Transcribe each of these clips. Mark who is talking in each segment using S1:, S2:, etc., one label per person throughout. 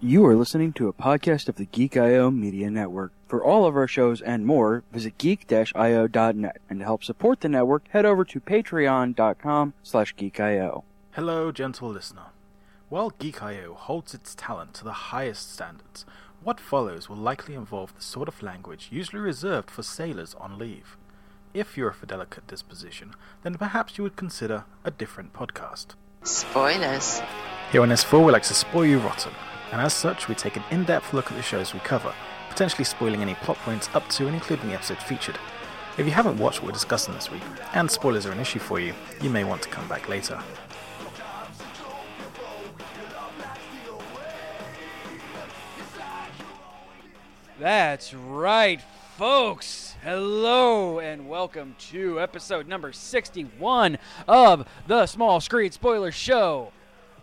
S1: You are listening to a podcast of the Geek IO Media Network. For all of our shows and more, visit geek-io.net. And to help support the network, head over to patreon.com slash geekio.
S2: Hello, gentle listener. While Geek.io holds its talent to the highest standards, what follows will likely involve the sort of language usually reserved for sailors on leave. If you're of a delicate disposition, then perhaps you would consider a different podcast.
S3: Spoilers.
S2: Here on S4, we like to spoil you rotten, and as such, we take an in depth look at the shows we cover, potentially spoiling any plot points up to and including the episode featured. If you haven't watched what we're discussing this week, and spoilers are an issue for you, you may want to come back later.
S4: That's right, folks. Hello and welcome to episode number 61 of the Small Screen Spoiler Show.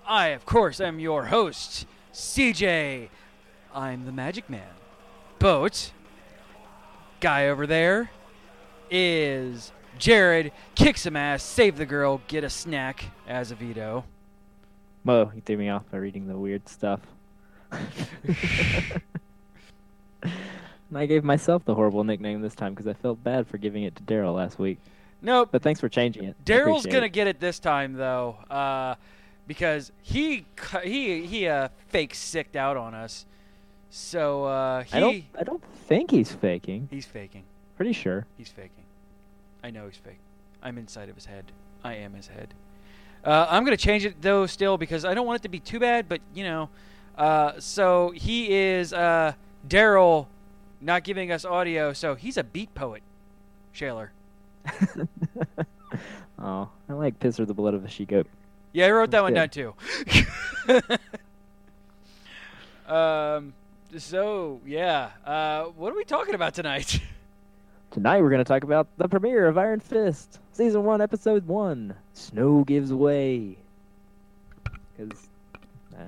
S4: I, of course, am your host, CJ. I'm the Magic Man. Boat, guy over there, is Jared. Kick some ass, save the girl, get a snack, as a veto.
S5: Whoa, you threw me off by reading the weird stuff. and I gave myself the horrible nickname this time because I felt bad for giving it to Daryl last week.
S4: Nope,
S5: But thanks for changing it. I
S4: Daryl's
S5: appreciate
S4: gonna
S5: it.
S4: get it this time though, uh, because he cu- he he uh, fake sicked out on us. So uh, he
S5: I don't. I don't think he's faking.
S4: he's faking.
S5: Pretty sure.
S4: He's faking. I know he's fake. I'm inside of his head. I am his head. Uh, I'm gonna change it though still because I don't want it to be too bad. But you know, uh, so he is uh, Daryl, not giving us audio. So he's a beat poet, Shaler.
S5: oh, I like piss or the blood of a she goat.
S4: Yeah, I wrote that one
S5: Yeah.
S4: down too. um, so yeah, uh, what are we talking about tonight?
S5: Tonight we're gonna talk about the premiere of Iron Fist, season one, episode one. Snow gives way. Because, uh,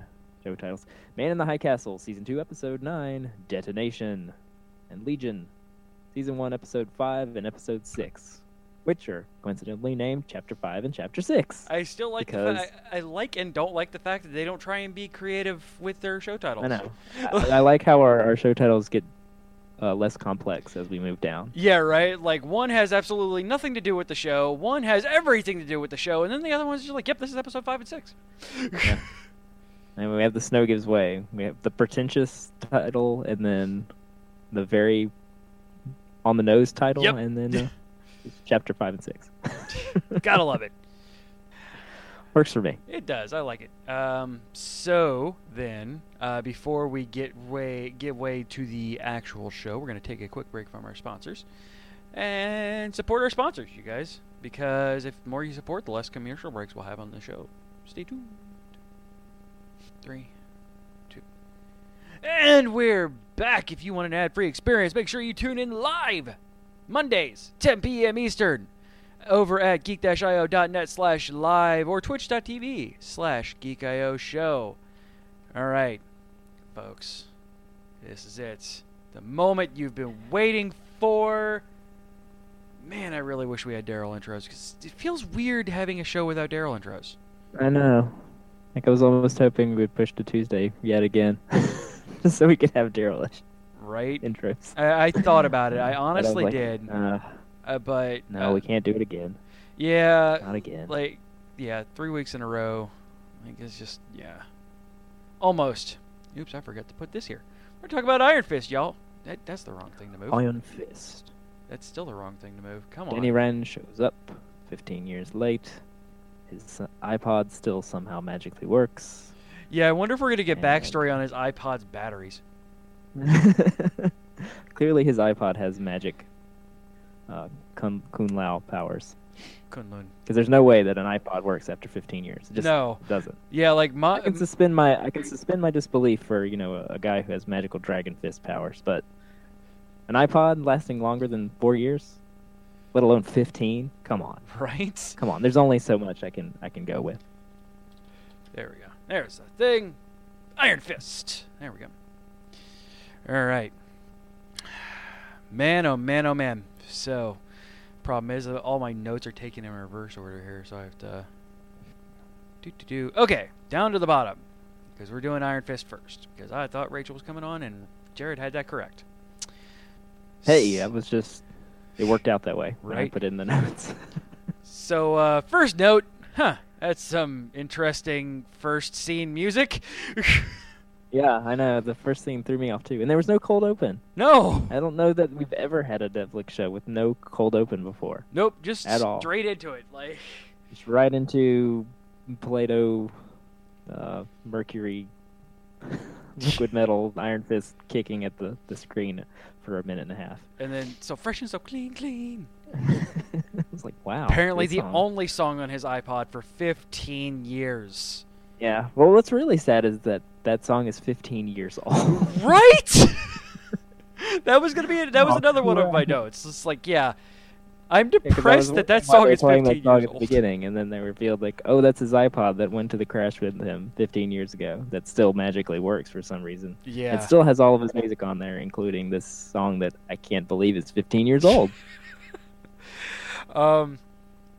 S5: show titles: Man in the High Castle, season two, episode nine, Detonation, and Legion, season one, episode five, and episode six, which are coincidentally named chapter five and chapter six.
S4: I still like the
S5: Because-
S4: fa- I, I like and don't like the fact that they don't try and be creative with their show titles.
S5: I know. I, I like how our, our show titles get uh, less complex as we move down.
S4: Yeah, right. Like one has absolutely nothing to do with the show, one has everything to do with the show, and then the other one's just like, "Yep, this is episode five and six.
S5: And we have the snow gives way. We have the pretentious title, and then the very on the nose title,
S4: Yep.
S5: and then uh, chapter five and six.
S4: Gotta love it.
S5: Works for me.
S4: It does. I like it. Um, so then, uh, before we get way get way to the actual show, we're gonna take a quick break from our sponsors and support our sponsors, you guys, because if the more you support, the less commercial breaks we'll have on the show. Stay tuned. Three, two, and we're back. If you want an ad-free experience, make sure you tune in live Mondays, 10 p.m. Eastern over at geek-io.net slash live or twitch.tv slash geek.io show. All right, folks, this is it. The moment you've been waiting for. Man, I really wish we had Daryl intros because it feels weird having a show without Daryl intros.
S5: I know. Like I was almost hoping we'd push to Tuesday yet again, just so we could have Daryl
S4: Right?
S5: intros.
S4: I, I thought about it. I
S5: But was
S4: honestly
S5: like,
S4: did.
S5: Uh,
S4: Uh, but.
S5: no,
S4: uh,
S5: we can't do it again.
S4: Yeah.
S5: Not again.
S4: Uh, like yeah three weeks in a row like it's just yeah almost oops i forgot to put this here we're talking about iron fist y'all that, that's the wrong thing to move
S5: Iron Fist.
S4: that's still the wrong thing to move come on
S5: Oh, Danny Rand shows up 15 years late. His iPod still somehow magically works.
S4: yeah i wonder if we're gonna get
S5: And-
S4: backstory on his ipod's batteries
S5: Clearly, his iPod has magic uh, Kun, Kun Lao powers.
S4: Kunlun.
S5: Because there's no way that an iPod works after 15 years. It just
S4: No. Uh,
S5: doesn't.
S4: Yeah, like
S5: I
S4: my
S5: can suspend my I can suspend my disbelief for you know a, a guy who has magical dragon fist powers, but an iPod lasting longer than four years, let alone 15. Come on,
S4: right.
S5: come on. There's only so much I can I can go with.
S4: There we go. There's the thing. Iron Fist. There we go. All right. Man, oh man, oh man. So, problem is, uh, all my notes are taken in reverse order here, so I have to. Do, do, do. Okay, down to the bottom. Because we're doing Iron Fist first. Because I thought Rachel was coming on, and Jared had that correct.
S5: Hey, I was just it worked out that way. when I
S4: Right.
S5: put it in the notes.
S4: So, uh, first note, huh, that's some interesting first scene music.
S5: yeah, I know. The first thing threw me off too, and there was no cold open.
S4: no!
S5: I don't know that we've ever had a Devlik show with no cold open before.
S4: Nope, just
S5: At all.
S4: straight into it. Like,
S5: Just right into Plato, uh, Mercury, liquid metal, Iron Fist kicking at the, the screen for a minute and a half.
S4: and then, so fresh and so clean, clean.
S5: I was like, wow.
S4: Apparently,
S5: Oh, good
S4: the
S5: song.
S4: only song on his iPod for 15 years.
S5: Yeah. Well, what's really sad is that that song is 15 years old.
S4: Right? that was gonna be it. that was
S5: Oh,
S4: another one of my
S5: right.
S4: notes. It's like, yeah, I'm
S5: 'Cause I was
S4: depressed
S5: wondering
S4: that that
S5: why they
S4: song
S5: were
S4: is
S5: playing
S4: 15
S5: that song
S4: years
S5: at the
S4: old.
S5: beginning, and then they revealed like, oh, that's his iPod that went to the crash with him 15 years ago. That still magically works for some reason.
S4: Yeah.
S5: It still has all of his music on there, including this song that I can't believe is 15 years old.
S4: um.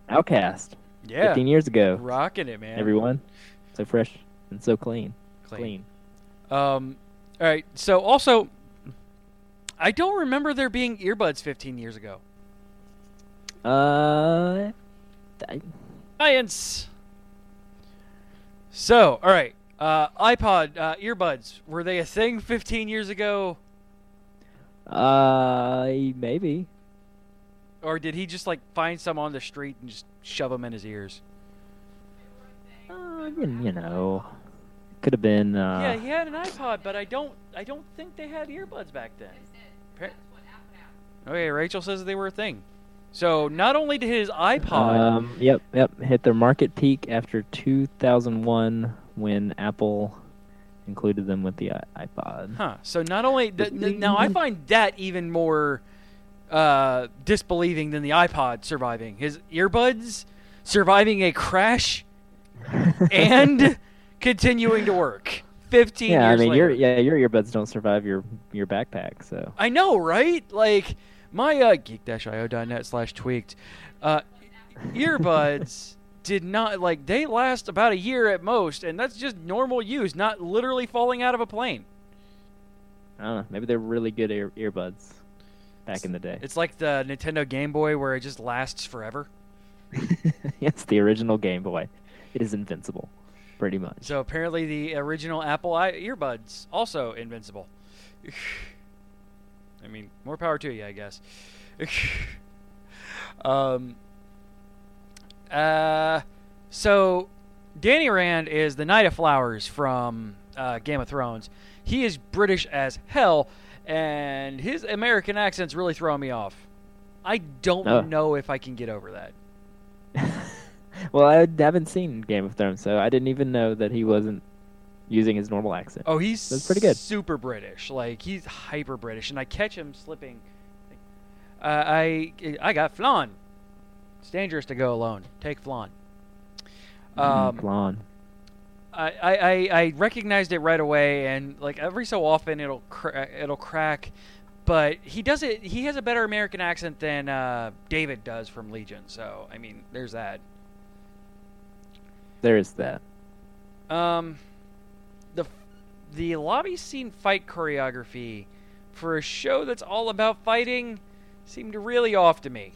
S5: Outcast,
S4: Yeah.
S5: 15 years ago.
S4: Rocking it, man.
S5: Everyone, so fresh and so clean.
S4: Clean.
S5: Clean.
S4: Um, all right. So also, I don't remember there being earbuds 15 years ago.
S5: Uh, I-
S4: Science. So, all right. Uh, iPod uh, earbuds were they a thing 15 years ago,
S5: uh, maybe.
S4: or did he just like find some on the street and just shove them in his ears?
S5: Uh, you, you know, could have been. Uh,
S4: yeah, he had an iPod, but I don't. I don't think they had earbuds back then. Par- Okay, Rachel says they were a thing. So not only did his iPod
S5: Um, yep, yep. Hit their market peak after 2001 when Apple included them with the i- iPod.
S4: Huh. So not only th- th- now, I find that even more uh, disbelieving than the iPod surviving. His earbuds surviving a crash and continuing to work. Fifteen
S5: yeah, I
S4: years
S5: mean, your
S4: later.
S5: yeah, your earbuds don't survive your your backpack. So
S4: I know, right? Like my uh, geek-io.net slash tweaked uh, earbuds did not like they last about a year at most, and that's just normal use, not literally falling out of a plane.
S5: I don't know. Maybe they're really good ear- earbuds back in the day.
S4: It's like the Nintendo Game Boy where it just lasts forever.
S5: it's the original Game Boy. It is invincible, pretty much.
S4: So apparently, the original Apple i- earbuds also invincible. I mean, more power to you, I guess. um. Uh, so Danny Rand is the Knight of Flowers from uh, Game of Thrones. He is British as hell, and his American accent's really throwing me off. I don't
S5: Oh.
S4: know if I can get over that.
S5: well, I haven't seen Game of Thrones, so I didn't even know that he wasn't using his normal accent.
S4: Oh, he's
S5: That's pretty good.
S4: Super British, like he's hyper British, and I catch him slipping. Uh, I I got flan. It's dangerous to go alone. Take flan.
S5: Mm,
S4: Um,
S5: Blonde.
S4: I, I, I- I recognized it right away, and like every so often it'll cra- it'll crack, but he does it. He has a better American accent than uh, David does from Legion. So I mean, there's that.
S5: There is that.
S4: Um, the the lobby scene fight choreography for a show that's all about fighting seemed really off to me.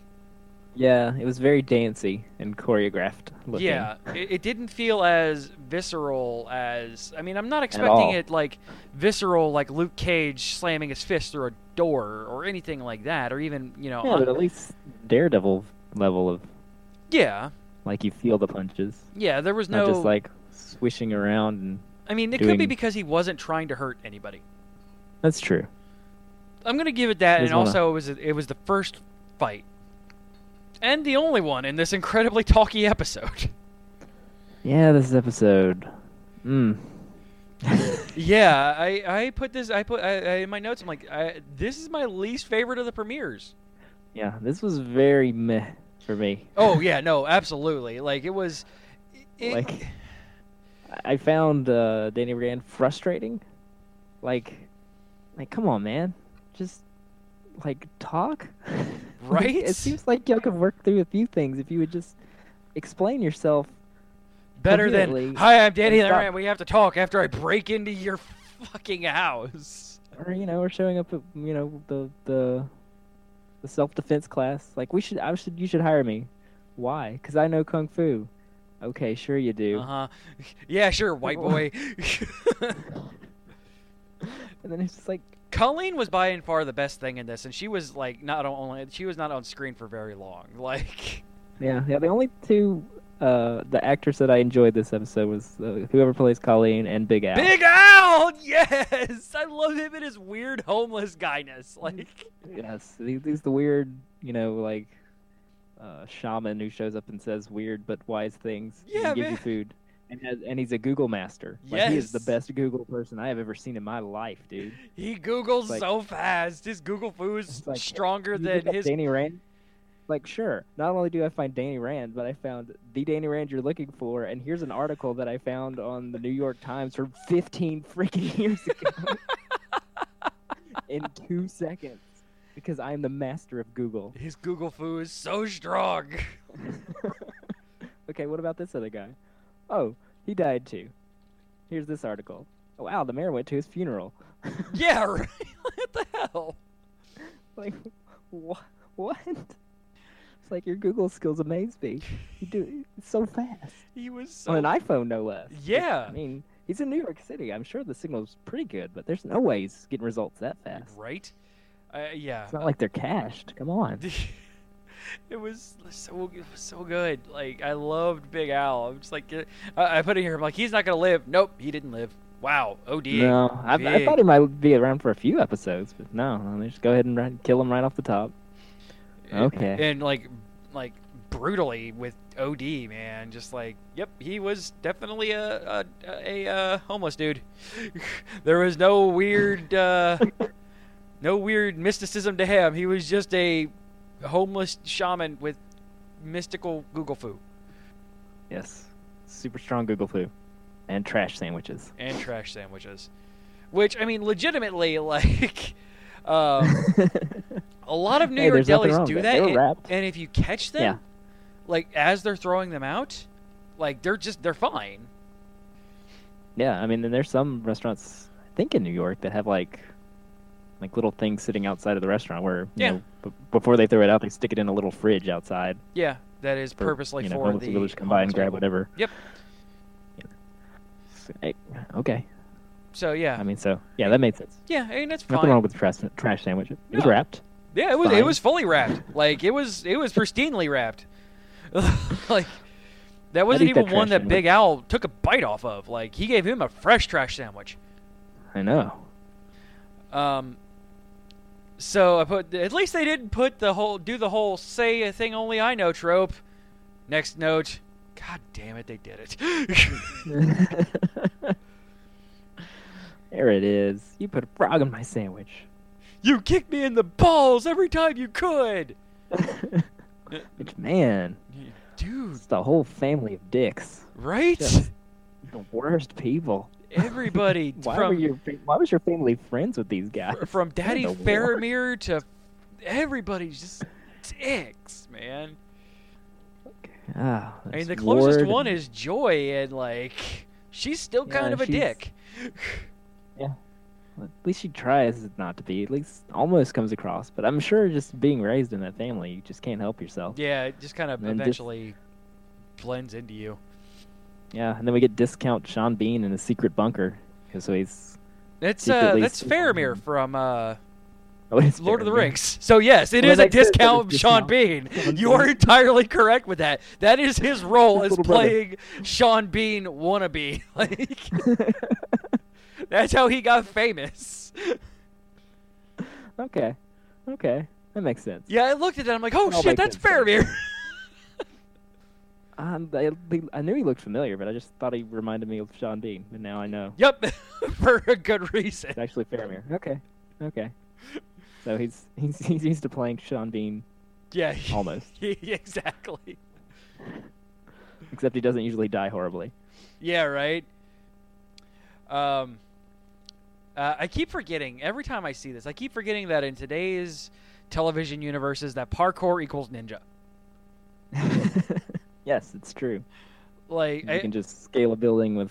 S5: Yeah, it was very dancey and choreographed looking.
S4: Yeah, it, it didn't feel as visceral as I mean, I'm not
S5: all.
S4: expecting it like visceral like Luke Cage slamming his fist through a door or anything like that, or even you know,
S5: Yeah, but at least Daredevil level of
S4: yeah,
S5: like you feel the punches,
S4: yeah, there was
S5: not
S4: no.
S5: just like swishing around. And
S4: I mean, it could be
S5: doing-
S4: because he wasn't trying to hurt anybody.
S5: that's true.
S4: I'm gonna give it that,
S5: There's
S4: and
S5: one, uh,
S4: also it was it was the first fight, and the only one in this incredibly talky episode.
S5: Yeah, this episode. Mm.
S4: yeah, I, I put this I put I, I, in my notes. I'm like, I, this is my least favorite of the premieres.
S5: Yeah, this was very meh for me.
S4: Oh yeah, no, absolutely. Like it was. It,
S5: Like, I found uh, Danny Rand frustrating. Like, like come on, man, just like talk. Like,
S4: Right?
S5: it seems like y'all could work through a few things if you would just explain yourself.
S4: better than
S5: completely
S4: hi, I'm Danny
S5: and stop-
S4: Rand. We have to talk after I break into your fucking house.
S5: or you know, or showing up at you know the the the self defense class. Like we should, I should, you should hire me. Why? Because I know kung fu. Okay, sure you do.
S4: Uh huh. Yeah, sure, white boy.
S5: And then it's just like,
S4: Colleen was by and far the best thing in this, and she was like not only she was not on screen for very long. Like,
S5: yeah, yeah. The only two, uh, the actors that I enjoyed this episode was uh, whoever plays Colleen and Big Al.
S4: Big Al, yes, I love him and his weird homeless guyness. Like,
S5: Yes, he- he's the weird, you know, like uh, shaman who shows up and says weird but wise things. and
S4: Yeah,
S5: gives
S4: man.
S5: you food. And, has, and he's a Google master. Like, He is the
S4: Yes.
S5: best Google person I have ever seen in my life, dude.
S4: he googles
S5: Like-
S4: so fast. His Google food is
S5: It's like,
S4: stronger
S5: You look
S4: than
S5: up
S4: his.
S5: Danny Rand. Like, sure. Not only do I find Danny Rand, but I found the Danny Rand you're looking for, and here's an article that I found on the New York Times from 15 freaking years ago. In two seconds, because I am the master of Google.
S4: His Google food is so strong.
S5: Okay, what about this other guy? Oh, he died too. Here's this article. Oh, wow, the mayor went to his funeral.
S4: yeah, right? what the hell?
S5: Like, what? What? It's like your Google skills amaze me. You do it so fast.
S4: He was so.
S5: on an iPhone, no less.
S4: Yeah.
S5: I mean, he's in New York City. I'm sure the signal's pretty good, but there's no way he's getting results that fast.
S4: Right? Uh, yeah.
S5: It's not like they're cached. Come on.
S4: it was so it was so good. Like I loved Big Al. I'm just like uh, I, I put it here. I'm like he's not gonna live. Nope, he didn't live. Wow. Oh dear.
S5: No, I, I
S4: Big.
S5: thought he might be around for a few episodes, but no. I mean, just go ahead and ri- kill him right off the top.
S4: And-
S5: okay.
S4: And, like like brutally with OD man. Just like yep, he was definitely a a, a, uh homeless dude. there was no weird uh, no weird mysticism to him. He was just a homeless shaman with mystical Google foo
S5: Yes. Super strong Google flu. And trash sandwiches.
S4: and trash sandwiches, which I mean, legitimately, like um, a lot of New
S5: Hey,
S4: York
S5: there's nothing
S4: delis
S5: wrong
S4: do
S5: with
S4: that,
S5: that. They're
S4: and,
S5: wrapped.
S4: and if you catch them,
S5: Yeah.
S4: like as they're throwing them out, like they're just they're fine.
S5: yeah, I mean, and there's some restaurants, I think in New York, that have like like little things sitting outside of the restaurant where, you
S4: Yeah.
S5: know, b- before they throw it out, they stick it in a little fridge outside.
S4: Yeah, that is
S5: for,
S4: purposely
S5: you know,
S4: for
S5: homeless
S4: the
S5: people to just come by and
S4: homeless
S5: grab
S4: people.
S5: whatever.
S4: Yep.
S5: Yeah. So, eh, Okay.
S4: So yeah,
S5: I mean, so yeah, that made sense.
S4: yeah, I mean that's
S5: Nothing
S4: fine.
S5: wrong with the trash, trash sandwich. It was
S4: No.
S5: wrapped.
S4: Yeah, it was it
S5: fine.
S4: was fully wrapped. Like it was it was pristinely wrapped. like that wasn't
S5: eat that
S4: even one
S5: trash
S4: that Big Al took a bite off of. Like he gave him a fresh trash sandwich.
S5: I know.
S4: Um, so I put at least they didn't put the whole do the whole say a thing only I know trope. Next note. God damn it, they did it.
S5: there it is. You put a frog in my sandwich.
S4: you kicked me in the balls every time you could.
S5: Which man,
S4: Dude,
S5: it's the whole family of dicks.
S4: right?
S5: Yes. The worst people.
S4: Everybody
S5: Why were
S4: from
S5: your fa- Why was your family friends with these guys?
S4: from Daddy
S5: the war.
S4: Faramir to everybody's just dicks, man.
S5: Ah,
S4: I mean,
S5: this
S4: the closest
S5: Lord-
S4: one is Joy, and like she's still
S5: Yeah,
S4: kind of a
S5: she's-
S4: dick.
S5: At least she tries not to be. At least almost comes across. But I'm sure just being raised in that family, you just can't help yourself. Yeah,
S4: Yeah, it just kind of
S5: And then just-
S4: eventually blends into you.
S5: and then we get discount Sean Bean in a secret bunker. 'cause So he's.
S4: That's uh,
S5: Secretly
S4: that's
S5: sleeping
S4: Faramir
S5: in-
S4: from uh,
S5: Oh, it's
S4: Lord of the
S5: Faramir.
S4: Rings. So yes, it
S5: Well,
S4: is a
S5: that says that
S4: discount,
S5: it's
S4: Sean
S5: discount.
S4: Bean.
S5: Sean
S4: You are
S5: Bean.
S4: entirely correct with that. That is his role
S5: His
S4: as
S5: little brother.
S4: playing Sean Bean wannabe. Like that's how he got famous.
S5: Okay. Okay. That makes sense.
S4: Yeah, I looked at that. I'm like, oh
S5: all
S4: shit,
S5: makes
S4: that's
S5: sense.
S4: Faramir.
S5: Um, I, I knew he looked familiar, but I just thought he reminded me of Sean Bean, and now I know
S4: Yep, for a good reason.
S5: it's actually Faramir. Okay, okay. So he's he's he's used to playing Sean Bean
S4: Yeah,
S5: almost,
S4: exactly.
S5: except he doesn't usually die horribly.
S4: Yeah, right. Um, uh, I keep forgetting every time I see this. I keep forgetting that in today's television universes, that parkour equals ninja.
S5: yes, it's true.
S4: Like,
S5: you
S4: I,
S5: can just scale a building with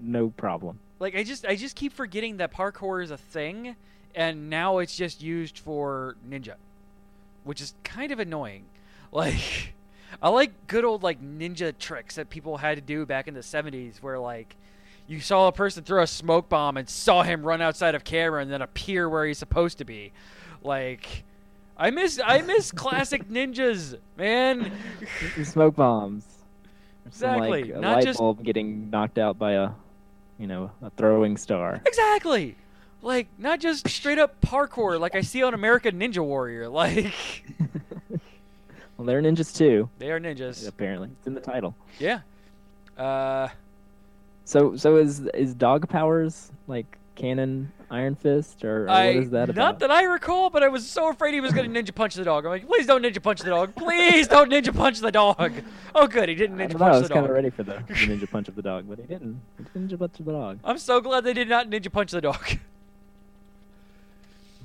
S5: no problem.
S4: like I just, I just keep forgetting that parkour is a thing, and now it's just used for ninja, which is kind of annoying. Like, I like good old like ninja tricks that people had to do back in the '70s, where like. You saw a person throw a smoke bomb and saw him run outside of camera and then appear where he's supposed to be. Like I miss I miss classic ninjas, man.
S5: Smoke bombs. Some, like,
S4: Exactly.
S5: a
S4: Not
S5: light
S4: just
S5: bulb getting knocked out by a, you know, a throwing star.
S4: Exactly. Like not just straight up parkour like I see on American Ninja Warrior. Like
S5: Well, they're ninjas too,
S4: they are ninjas.
S5: apparently. It's in the title.
S4: Yeah. Uh
S5: So, so is is dog powers like cannon, Iron Fist, or, or
S4: I
S5: what is that
S4: not
S5: about?
S4: that I recall, but I was so afraid he was going to ninja punch the dog. I'm like, "Please don't ninja punch the dog. Please don't ninja punch the dog." Oh good, he didn't
S5: I
S4: ninja
S5: don't know,
S4: punch
S5: I
S4: the
S5: was
S4: dog.
S5: kind of ready for the, the ninja punch of the dog, but he didn't. He didn't ninja punch the dog.
S4: I'm so glad they did not ninja punch the dog.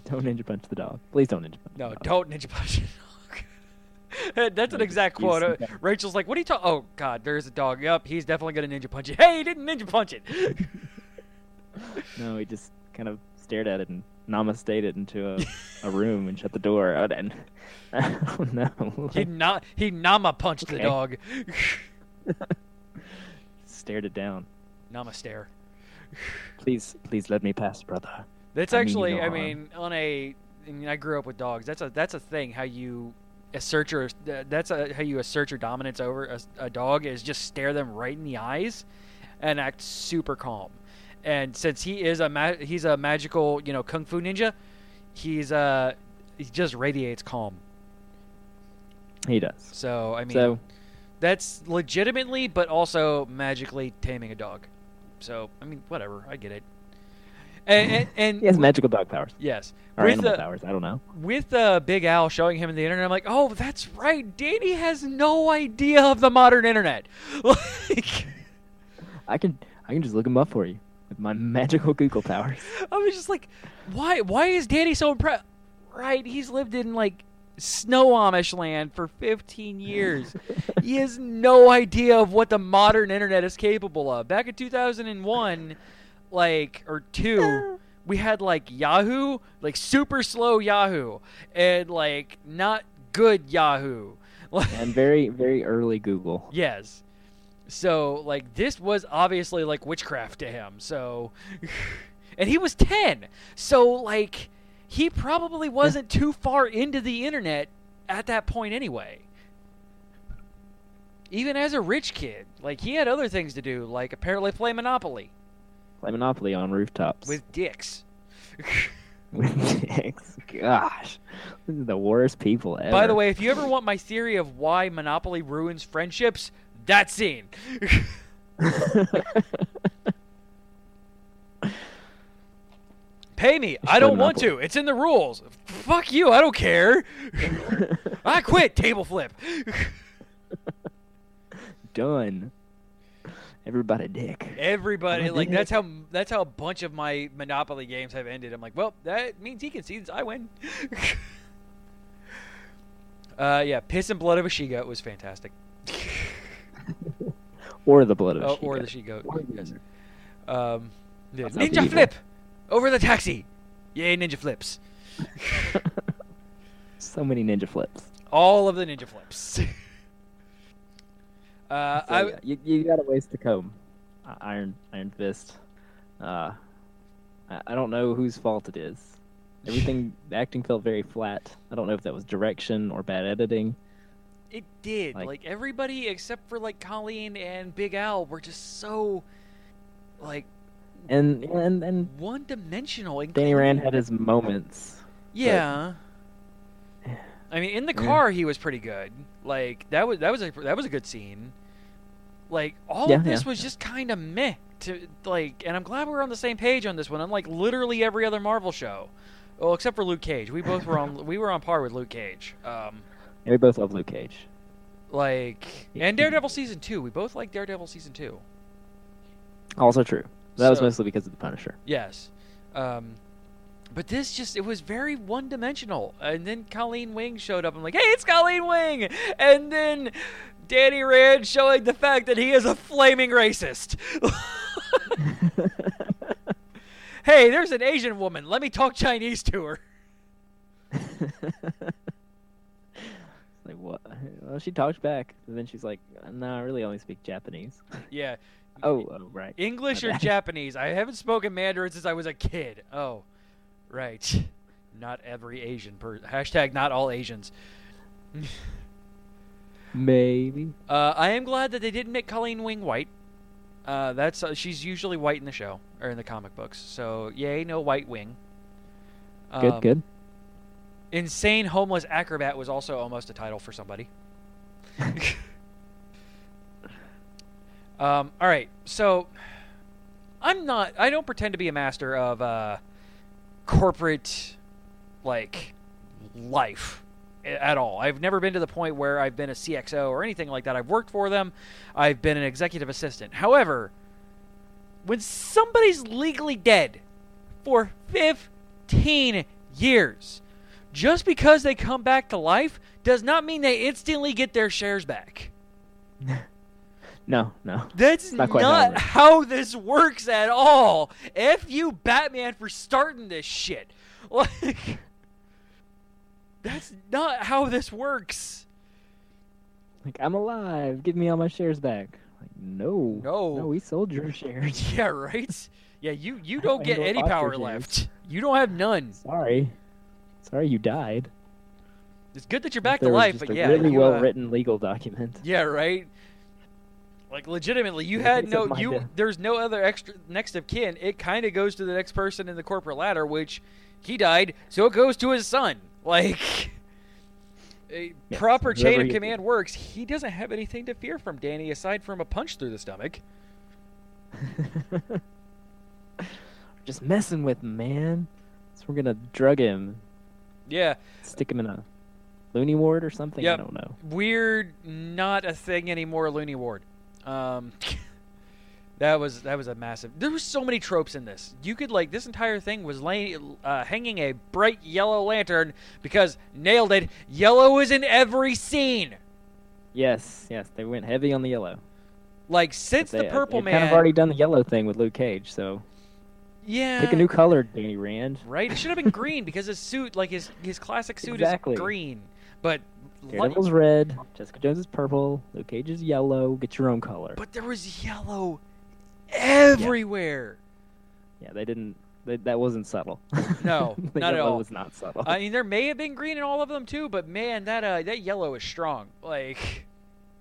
S5: Don't ninja punch the dog. Please don't ninja punch.
S4: No,
S5: the dog.
S4: don't ninja punch a dog. That's an
S5: Maybe
S4: exact
S5: he's
S4: quote.
S5: some
S4: Uh,
S5: kind of-
S4: Rachel's like, "What are you talking? Oh God, there's a dog. Yep, he's definitely gonna ninja punch it. Hey, he didn't ninja punch it.
S5: No, he just kind of stared at it and namaste it into a, a room and shut the door. Oh, out And I don't know.
S4: he not he nama punched the
S5: Okay.
S4: dog.
S5: stared it down.
S4: nama stare.
S5: Please, please let me pass, brother.
S4: That's
S5: I mean, you
S4: actually,
S5: know,
S4: I
S5: uh,
S4: mean, on a, I mean, I grew up with dogs. That's a that's a thing. How you assert your th- that's a, how you assert your dominance over a, a dog is just stare them right in the eyes, and act super calm. And since he is a ma- he's a magical you know kung fu ninja, he's uh he just radiates calm.
S5: He does.
S4: So I mean,
S5: So
S4: that's legitimately, but also magically taming a dog. So I mean, whatever, I get it. And and, and
S5: he has magical dog powers
S4: yes,
S5: or
S4: with
S5: animal
S4: the,
S5: powers. I don't know.
S4: with uh, Big Al showing him the internet, I'm like, oh, that's right. Danny has no idea of the modern internet. Like,
S5: I can, I can just look him up for you with my magical Google powers.
S4: I was just like, why? Why is Danny so impressed? Right, he's lived in like snow Amish land for 15 years. he has no idea of what the modern internet is capable of. Back in 2001, like or two. We had like Yahoo, like super slow Yahoo, and like not good Yahoo. Like,
S5: And very, very early Google.
S4: Yes. So like this was obviously like witchcraft to him. So and he was 10. So like he probably wasn't too far into the internet at that point anyway. Even as a rich kid, like he had other things to do, like apparently play Monopoly
S5: Play Monopoly on rooftops
S4: with dicks.
S5: with dicks. Gosh, this is the worst people ever.
S4: By the way, if you ever want my theory of why Monopoly ruins friendships, that scene. Pay me. I
S5: play
S4: don't want to.
S5: Monopoly.
S4: It's in the rules. Fuck you. I don't care. I quit. Table flip.
S5: done. Everybody dick.
S4: Everybody
S5: Oh,
S4: like
S5: man.
S4: that's how that's how a bunch of my Monopoly games have ended. I'm like, well, that means he concedes. I win. uh, yeah, piss and blood of a she goat was fantastic.
S5: Or the blood of
S4: Oh,
S5: she
S4: or
S5: goat.
S4: the she goat.
S5: Or the
S4: yes.
S5: other.
S4: Um, yeah,
S5: That's not
S4: ninja
S5: medieval.
S4: flip over the taxi. Yay, ninja flips!
S5: So many ninja flips.
S4: All of the ninja flips. uh,
S5: So,
S4: I,
S5: yeah, you, you got a ways to comb. I- Iron Iron Fist. Uh, I, I don't know whose fault it is. Everything the acting felt very flat. I don't know if that was direction or bad editing.
S4: It did. Like,
S5: Like-
S4: everybody except for like Colleen and Big Al were just so like
S5: And and and
S4: one dimensional.
S5: Danny Rand had his moments.
S4: Yeah. I mean, in the
S5: Yeah.
S4: car he was pretty good. Like that was that was a that was a good scene. Like all
S5: Yeah,
S4: of this
S5: yeah.
S4: was just kind of meh. To like, and I'm glad we're on the same page on this one. Unlike literally every other Marvel show, well, except for Luke Cage, we both were on we were on par with Luke Cage. Um,
S5: Yeah, we both love Luke Cage.
S4: like,
S5: Yeah.
S4: and Daredevil season two, we both like Daredevil season two.
S5: Also true. That was
S4: So-
S5: mostly because of the Punisher.
S4: Yes. Um, but this just, it was very one dimensional. And then Colleen Wing showed up. I'm like, hey, it's Colleen Wing! And then Danny Rand showing the fact that he is a flaming racist. hey, there's an Asian woman. Let me talk Chinese to her.
S5: like what? Well, she talked back, and then she's like, "No, I really only speak Japanese."
S4: Yeah.
S5: oh, oh, right.
S4: English
S5: My
S4: or
S5: bad.
S4: Japanese? I haven't spoken Mandarin since I was a kid. Oh, right. Not every Asian person. Hashtag not all Asians.
S5: Maybe.
S4: Uh, I am glad that they didn't make Colleen Wing white. Uh, that's uh, she's usually white in the show or in the comic books. So yay, no white wing.
S5: Good,
S4: Um,
S5: good.
S4: Insane homeless acrobat was also almost a title for somebody. um, all right, so I'm not. I don't pretend to be a master of uh, corporate like life a- at all. I've never been to the point where I've been a CXO or anything like that. I've worked for them. I've been an executive assistant. However, when somebody's legally dead for 15 years, just because they come back to life does not mean they instantly get their shares back.
S5: No, no.
S4: That's
S5: Not
S4: not,
S5: quite how it works.
S4: how this works at all. F you, Batman, for starting this shit. Like, that's not how this works.
S5: Like I'm alive. Give me all my shares back. Like no,
S4: No.
S5: no. We sold your shares.
S4: Yeah, right. Yeah, you you
S5: How do
S4: don't
S5: I
S4: get
S5: handle
S4: any power
S5: Oscar
S4: left. You don't have none.
S5: Sorry, sorry, you died.
S4: It's good that you're back
S5: there
S4: to
S5: was
S4: life,
S5: just
S4: but
S5: a
S4: yeah,
S5: really
S4: you,
S5: well
S4: uh,
S5: written legal document.
S4: Yeah, right. Like legitimately, you
S5: Yeah,
S4: had
S5: it's a
S4: no
S5: mind
S4: you.
S5: to-
S4: There's no other extra next of kin. It kind of goes to the next person in the corporate ladder, which he died, so it goes to his son. Like a
S5: Yes,
S4: proper chain
S5: whoever
S4: of
S5: he-
S4: command works. He doesn't have anything to fear from Danny aside from a punch through the stomach.
S5: Just messing with him, man. So we're gonna drug him,
S4: Yeah,
S5: stick him in a loony ward or something.
S4: Yep.
S5: I don't know.
S4: weird, not a thing anymore. Looney Ward. Um, that was that was a massive. There was so many tropes in this. You could like this entire thing was lay, uh, hanging a bright yellow lantern because nailed it. Yellow is in every scene.
S5: Yes, yes, they went heavy on the yellow.
S4: Like since
S5: They- uh,
S4: the Purple
S5: they've
S4: Man.
S5: kind of already done the yellow thing with Luke Cage, so
S4: yeah.
S5: pick a new color, Danny Rand.
S4: right. It should have been green because his suit, like his his classic suit,
S5: Exactly.
S4: is green. But light,
S5: Daredevil's red, Jessica Jones is purple, Luke Cage is yellow. Get your own color.
S4: but there was yellow everywhere.
S5: Yeah, they didn't. They, that wasn't subtle.
S4: No,
S5: the
S4: not at
S5: yellow
S4: all.
S5: Was not subtle.
S4: I mean, there may have been green in all of them too, but man, that uh, that yellow is strong. Like,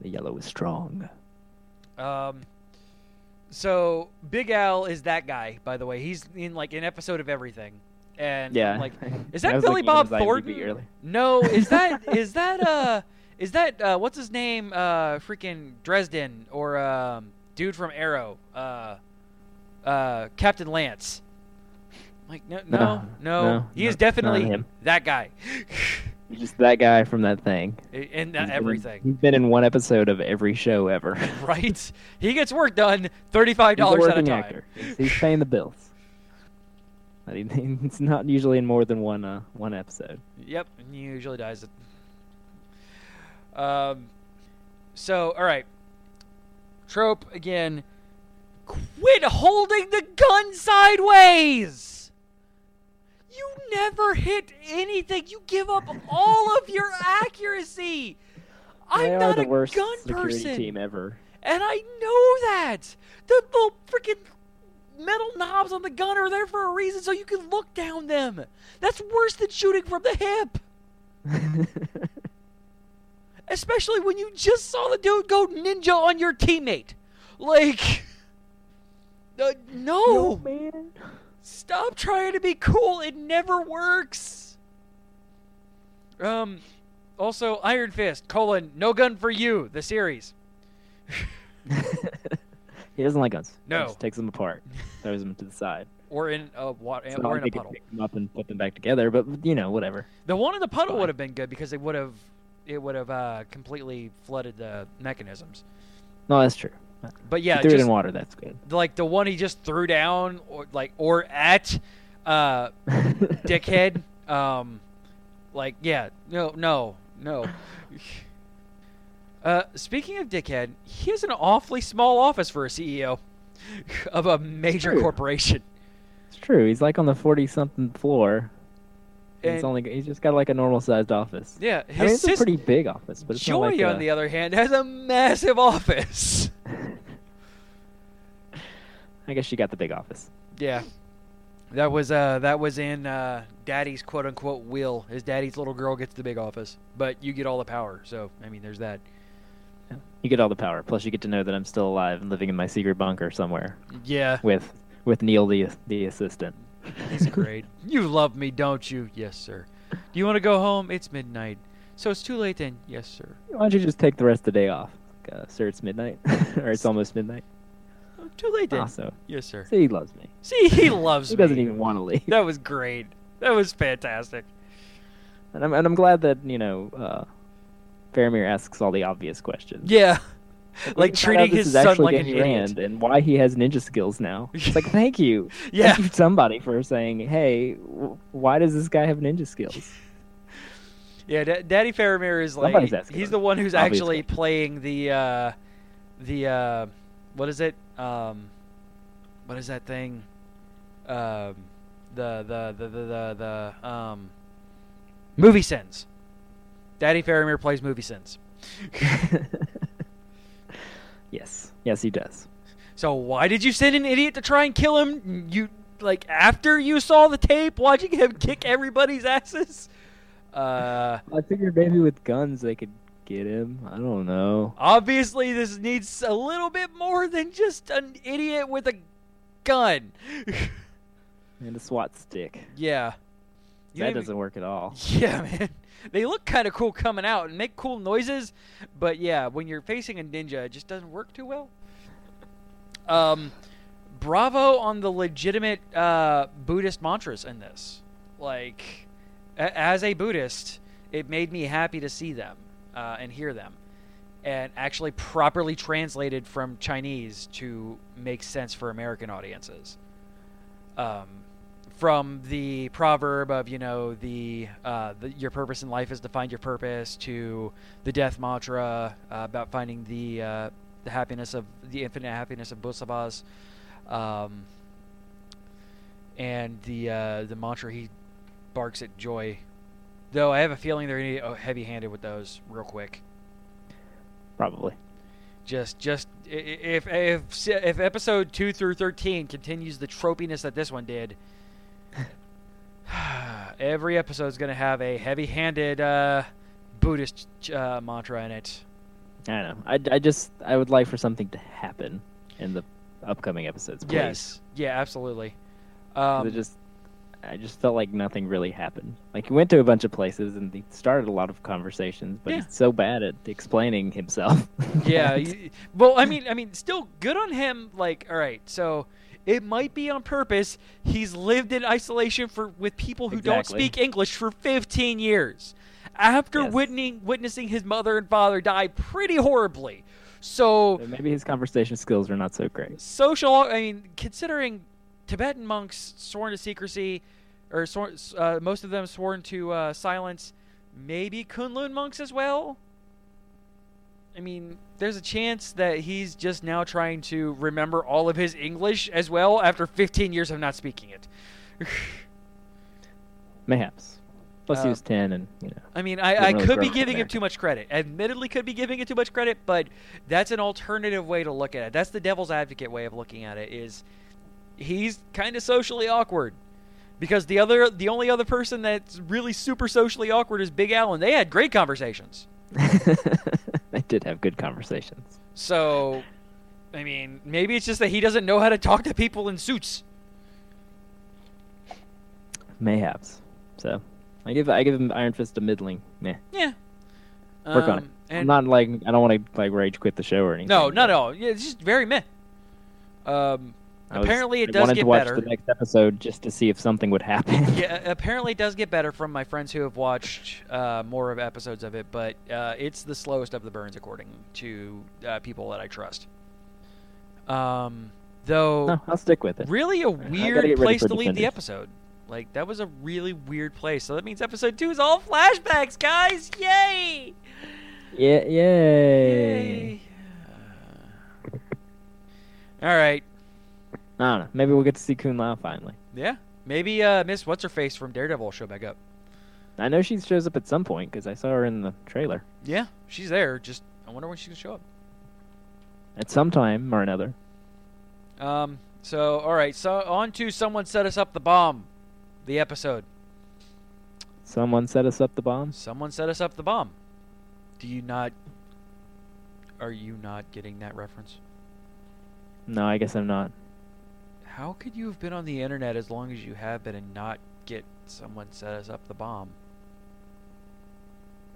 S5: The yellow was strong.
S4: um, so Big Al is that guy. By the way, he's in like an episode of everything, and
S5: Yeah.
S4: I'm like, is
S5: I
S4: that
S5: was
S4: Billy
S5: looking at
S4: Bob
S5: his IMDb
S4: Thornton?
S5: earlier.
S4: No, is that is that uh, is that uh, what's his name? Uh, freaking Dresden or um, dude from Arrow, uh, uh, Captain Lance. I'm Like no, no, no,
S5: no,
S4: he
S5: no,
S4: is
S5: not
S4: definitely
S5: him.
S4: that guy,
S5: He's Just that guy from that thing.
S4: and
S5: He's
S4: uh,
S5: been in-
S4: everything.
S5: he's been in one episode of every show ever.
S4: right? He gets work done thirty-five
S5: He's a
S4: dollars at a
S5: working
S4: time.
S5: actor. He's, he's paying the bills. But he- it's not usually in more than one uh, one episode.
S4: Yep, and he usually dies. At... Um, so all right, trope again. Quit holding the gun sideways. You never hit anything. You give up all of your accuracy. I'm
S5: they
S4: not
S5: are the
S4: a
S5: worst
S4: gun
S5: security
S4: person.
S5: team ever.
S4: And I know that! The little freaking metal knobs on the gun are there for a reason so you can look down them! That's worse than shooting from the hip! Especially when you just saw the dude go ninja on your teammate! Like. uh, no!
S5: man.
S4: Stop trying to be cool. It never works. Um, also, Iron Fist, colon, no gun for you, the series.
S5: He doesn't like guns.
S4: No.
S5: He just takes them apart, throws them to the side.
S4: or in a water,
S5: It's not
S4: or
S5: like
S4: in
S5: they
S4: a
S5: could
S4: puddle.
S5: pick them up and put them back together, but you know, whatever.
S4: The one in the puddle
S5: fine.
S4: would have been good because it would have it would have uh, completely flooded the mechanisms.
S5: No, that's true.
S4: But yeah,
S5: He threw it
S4: just
S5: in water. That's good.
S4: like the one he just threw down, or like or at uh, dickhead. Um, like yeah, no, no, no. Uh, speaking of dickhead, he has an awfully small office for a CEO of a major
S5: True.
S4: corporation.
S5: It's true. He's like on the forty-something floor. and
S4: And-
S5: he's only he's just got like a normal-sized office.
S4: Yeah,
S5: I mean,
S4: his
S5: it's a
S4: sister
S5: pretty big office, but it's
S4: Joy,
S5: not like uh,
S4: on
S5: a-
S4: the other hand, has a massive office.
S5: I guess she got the big office.
S4: Yeah. That was uh that was in uh daddy's quote unquote will. His daddy's little girl gets the big office, but you get all the power. So, I mean, there's that.
S5: You get all the power. Plus, you get to know that I'm still alive and living in my secret bunker somewhere
S4: Yeah.
S5: with with Neil, the the assistant.
S4: He's great. you love me, don't you? Yes, sir. Do you want to go home? It's midnight. So it's too late then. Yes, sir.
S5: Why don't you just take the rest of the day off? Like, uh, sir, it's midnight, or it's almost midnight.
S4: Oh, too late then.
S5: Also,
S4: Yes, sir.
S5: see, he loves me.
S4: See, he loves
S5: He
S4: me.
S5: doesn't even want to leave.
S4: That was great. That was fantastic.
S5: And I'm and I'm glad that you know, uh, Faramir asks all the obvious questions.
S4: Yeah. Like
S5: We found out
S4: treating
S5: this
S4: his
S5: is
S4: son
S5: actually
S4: like an
S5: Danny
S4: idiot.
S5: Rand and why he has ninja skills now. It's like, thank you,
S4: Yeah.
S5: thank you, somebody for saying, hey, w- why does this guy have ninja skills?
S4: Yeah, da- Daddy Faramir is like
S5: Somebody's asking
S4: he's
S5: him,
S4: the one who's
S5: obviously.
S4: actually playing the uh, the uh, what is it? Um, what is that thing? Um, the the the the the, the um, movie sense. Daddy Faramir plays movie sense.
S5: yes, yes, he does.
S4: So why did you send an idiot to try and kill him? You like after you saw the tape, watching him kick everybody's asses. Uh,
S5: I figured maybe with guns they could get him. I don't know.
S4: Obviously, this needs a little bit more than just an idiot with a gun.
S5: And a SWAT stick.
S4: yeah. You
S5: that
S4: don't
S5: doesn't work at all.
S4: even- Yeah, man. They look kind of cool coming out and make cool noises, but yeah, when you're facing a ninja, it just doesn't work too well. Um, bravo on the legitimate uh, Buddhist mantras in this. Like, a- as a Buddhist, it made me happy to see them uh, and hear them, and actually properly translated from Chinese to make sense for American audiences. Um, from the proverb of you know the, uh, the your purpose in life is to find your purpose to the death mantra uh, about finding the uh, the happiness of the infinite happiness of Busabas, um, and the uh, the mantra he barks at joy. Though I have a feeling they're going to get heavy-handed with those real quick.
S5: Probably.
S4: Just, just i- i- if if if episode two through thirteen continues the tropiness that this one did, every episode's going to have a heavy-handed uh, Buddhist uh, mantra in it.
S5: I don't know. I, I just I would like for something to happen in the upcoming episodes. Please.
S4: Yes, yeah, absolutely.
S5: 'Cause
S4: Um,
S5: it just I just felt like nothing really happened. Like he went to a bunch of places and he started a lot of conversations, but
S4: Yeah.
S5: he's so bad at explaining himself.
S4: yeah.
S5: that-
S4: you- well, I mean, I mean, still good on him. Like, all right, so it might be on purpose. He's lived in isolation for with people who don't
S5: Exactly.
S4: speak English for 15 years, after
S5: Yes.
S4: witnessing witnessing his mother and father die pretty horribly. So
S5: So maybe his conversation skills are not so great.
S4: social. I mean, considering Tibetan monks sworn to secrecy, or sworn, uh, most of them sworn to uh, silence, maybe Kunlun monks as well. I mean, there's a chance that he's just now trying to remember all of his English as well after 15 years of not speaking it.
S5: Mayhaps. Plus he
S4: Uh,
S5: was ten and you know
S4: I mean, I,
S5: Didn't
S4: I
S5: really
S4: could
S5: grow
S4: be
S5: up
S4: giving
S5: there.
S4: him too much credit. Admittedly, could be giving it too much credit, but that's an alternative way to look at it. That's the devil's advocate way of looking at it. Is he's kind of socially awkward because the other, the only other person that's really super socially awkward is Big Al, and they had great conversations.
S5: they did have good conversations.
S4: So, I mean, maybe it's just that he doesn't know how to talk to people in suits.
S5: Mayhaps. So I give I give him Iron Fist a middling. Meh.
S4: Yeah,
S5: Work on
S4: Um,
S5: I'm
S4: and-
S5: not like I don't want to like rage quit the show or anything.
S4: No,
S5: but-
S4: not at all. Yeah, it's just very meh. Um,
S5: I was-
S4: Apparently it
S5: I
S4: does
S5: wanted
S4: get
S5: to watch
S4: better.
S5: the next episode just to see if something would happen.
S4: yeah, apparently it does get better from my friends who have watched uh, more of episodes of it, but uh, it's the slowest of the burns according to uh, people that I trust. Um, though
S5: No, I'll stick with it.
S4: really a
S5: gotta
S4: weird
S5: get ready
S4: place
S5: for
S4: to leave the
S5: Defenders.
S4: episode. Like that was a really weird place. So that means episode two is all flashbacks, guys! Yay!
S5: Yeah, yay.
S4: Yay! all right.
S5: I don't know. Maybe we'll get to see Kun Lao finally.
S4: Yeah. Will uh, Miss What's Her Face from Daredevil will show back up.
S5: I know she shows up at some point because I saw her in the trailer
S4: Yeah, she's there. Just I wonder when she's gonna show up.
S5: at some time or another.
S4: Um, so, all right. So, on to someone set us up the bomb. The episode.
S5: Someone set us up the bombs.
S4: Someone set us up the bomb. Do you not? Are you not getting that reference?
S5: No, I guess I'm not.
S4: How could you have been on the internet as long as you have been and not get someone set us up the bomb?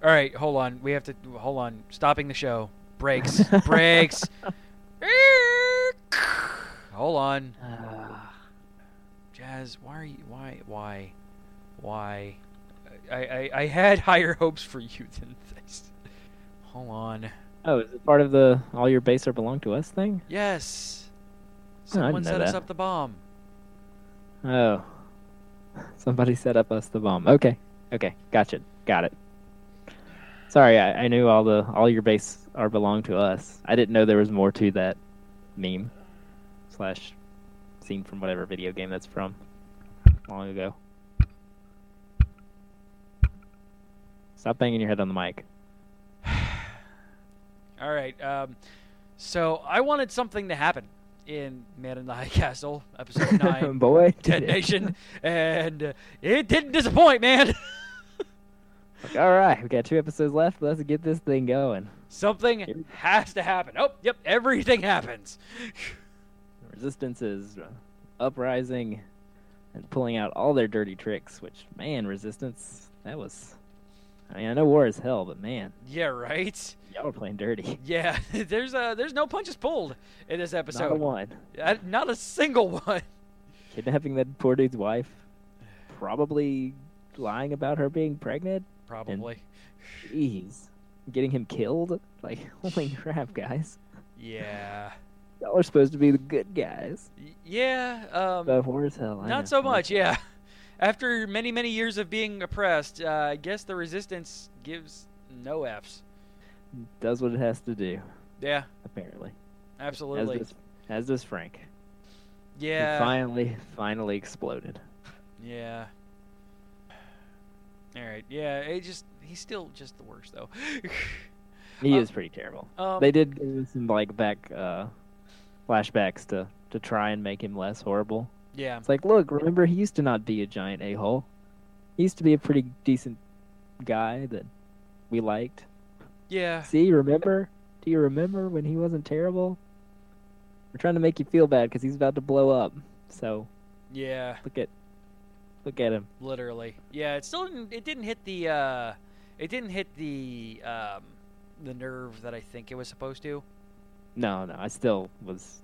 S4: All right, hold on. We have to hold on. Stopping the show. Breaks. Breaks. hold on. Jazz, why are you? Why? Why? Why? I, I, I had higher hopes for you than this. Hold on.
S5: oh, is it part of the all your base are belong to us thing? Oh,
S4: Yes.
S5: I didn't
S4: Someone
S5: know
S4: set us
S5: that.
S4: up the bomb.
S5: Oh, somebody set up us the bomb. Okay, okay, gotcha, got it. Sorry, I, I knew all the all your base are belong to us. I didn't know there was more to that meme slash scene from whatever video game that's from long ago. Stop banging your head on the mic.
S4: All right. Um, so I wanted something to happen in Man in the High Castle, episode nine,
S5: Boy, did it.
S4: detonation, and uh, it didn't disappoint, man.
S5: Like, all right, we got two episodes left. Let's get this thing going.
S4: something
S5: Yep.
S4: has to happen. Oh, yep, everything happens.
S5: Resistance is uh, uprising and pulling out all their dirty tricks, which, man, Resistance, that was. I mean, I know war is hell, but man,
S4: Yeah, right.
S5: y'all were playing dirty.
S4: Yeah, there's uh, there's no punches pulled in this episode.
S5: Not a one.
S4: Uh, not a single one.
S5: Kidnapping that poor dude's wife. Probably lying about her being pregnant.
S4: Probably.
S5: Jeez. Getting him killed? Like, holy crap, guys.
S4: Yeah.
S5: Y'all are supposed to be the good guys.
S4: Y- Yeah. Um,
S5: But war is hell. I know.
S4: Not so
S5: War is
S4: much,
S5: hell.
S4: yeah. After many, many years of being oppressed, uh, I guess the resistance gives no Fs.
S5: Does what it has to do,
S4: Yeah,
S5: apparently.
S4: absolutely.
S5: As does, as does Frank. He
S4: yeah.
S5: finally, finally exploded.
S4: Yeah. All right. Yeah, it just he's still just the worst though.
S5: He
S4: Uh,
S5: is pretty terrible.
S4: um,
S5: they did give us some like back uh, flashbacks to to try and make him less horrible.
S4: Yeah.
S5: It's like, look, remember he used to not be a giant a hole. He used to be a pretty decent guy that we liked.
S4: Yeah.
S5: See, remember? Do you remember when he wasn't terrible? We're trying to make you feel bad because he's about to blow up. So
S4: Yeah.
S5: look at look at him.
S4: Literally. Yeah. It still didn't, it didn't hit the uh, it didn't hit the um, the nerve that I think it was supposed to.
S5: No, no, I still was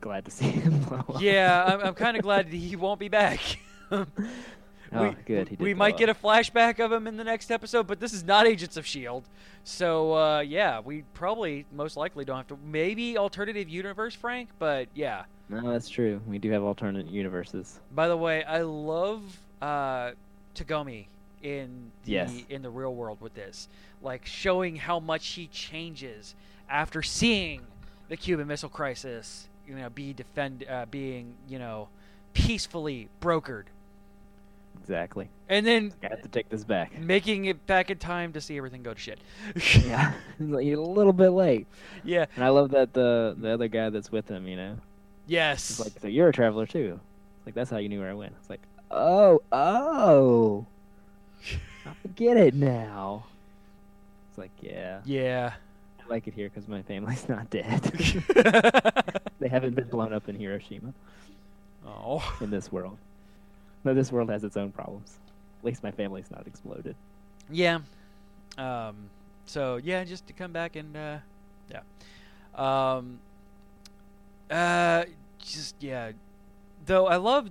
S5: glad to see him blow up.
S4: Yeah, I'm, I'm kind of glad that he won't be back.
S5: Oh,
S4: we,
S5: good. He did
S4: we
S5: blow
S4: might
S5: up.
S4: get a flashback of him in the next episode, but this is not Agents of Shield, E so uh, yeah, we probably most likely don't have to. Maybe alternative universe, Frank, but yeah.
S5: No, that's true. We do have alternate universes.
S4: By the way, I love uh, Tagomi in the
S5: Yes.
S4: in the real world with this, like showing how much he changes after seeing the Cuban Missile Crisis, you know, be defend uh, being you know peacefully brokered,
S5: Exactly.
S4: and then
S5: I have to take this back.
S4: making it back in time to see everything go to shit.
S5: yeah, you're a little bit late.
S4: yeah.
S5: And I love that the the other guy that's with him, you know,
S4: Yes.
S5: it's like, so you're a traveler too. It's like that's how you knew where I went. It's like, oh, oh, I get it now. It's like, yeah,
S4: yeah.
S5: I like it here because my family's not dead. they haven't been blown up in Hiroshima
S4: oh.
S5: in this world. No, this world has its own problems. At least my family's not exploded.
S4: Yeah. Um. So yeah, just to come back and uh, yeah. Um. Uh. just yeah. Though I love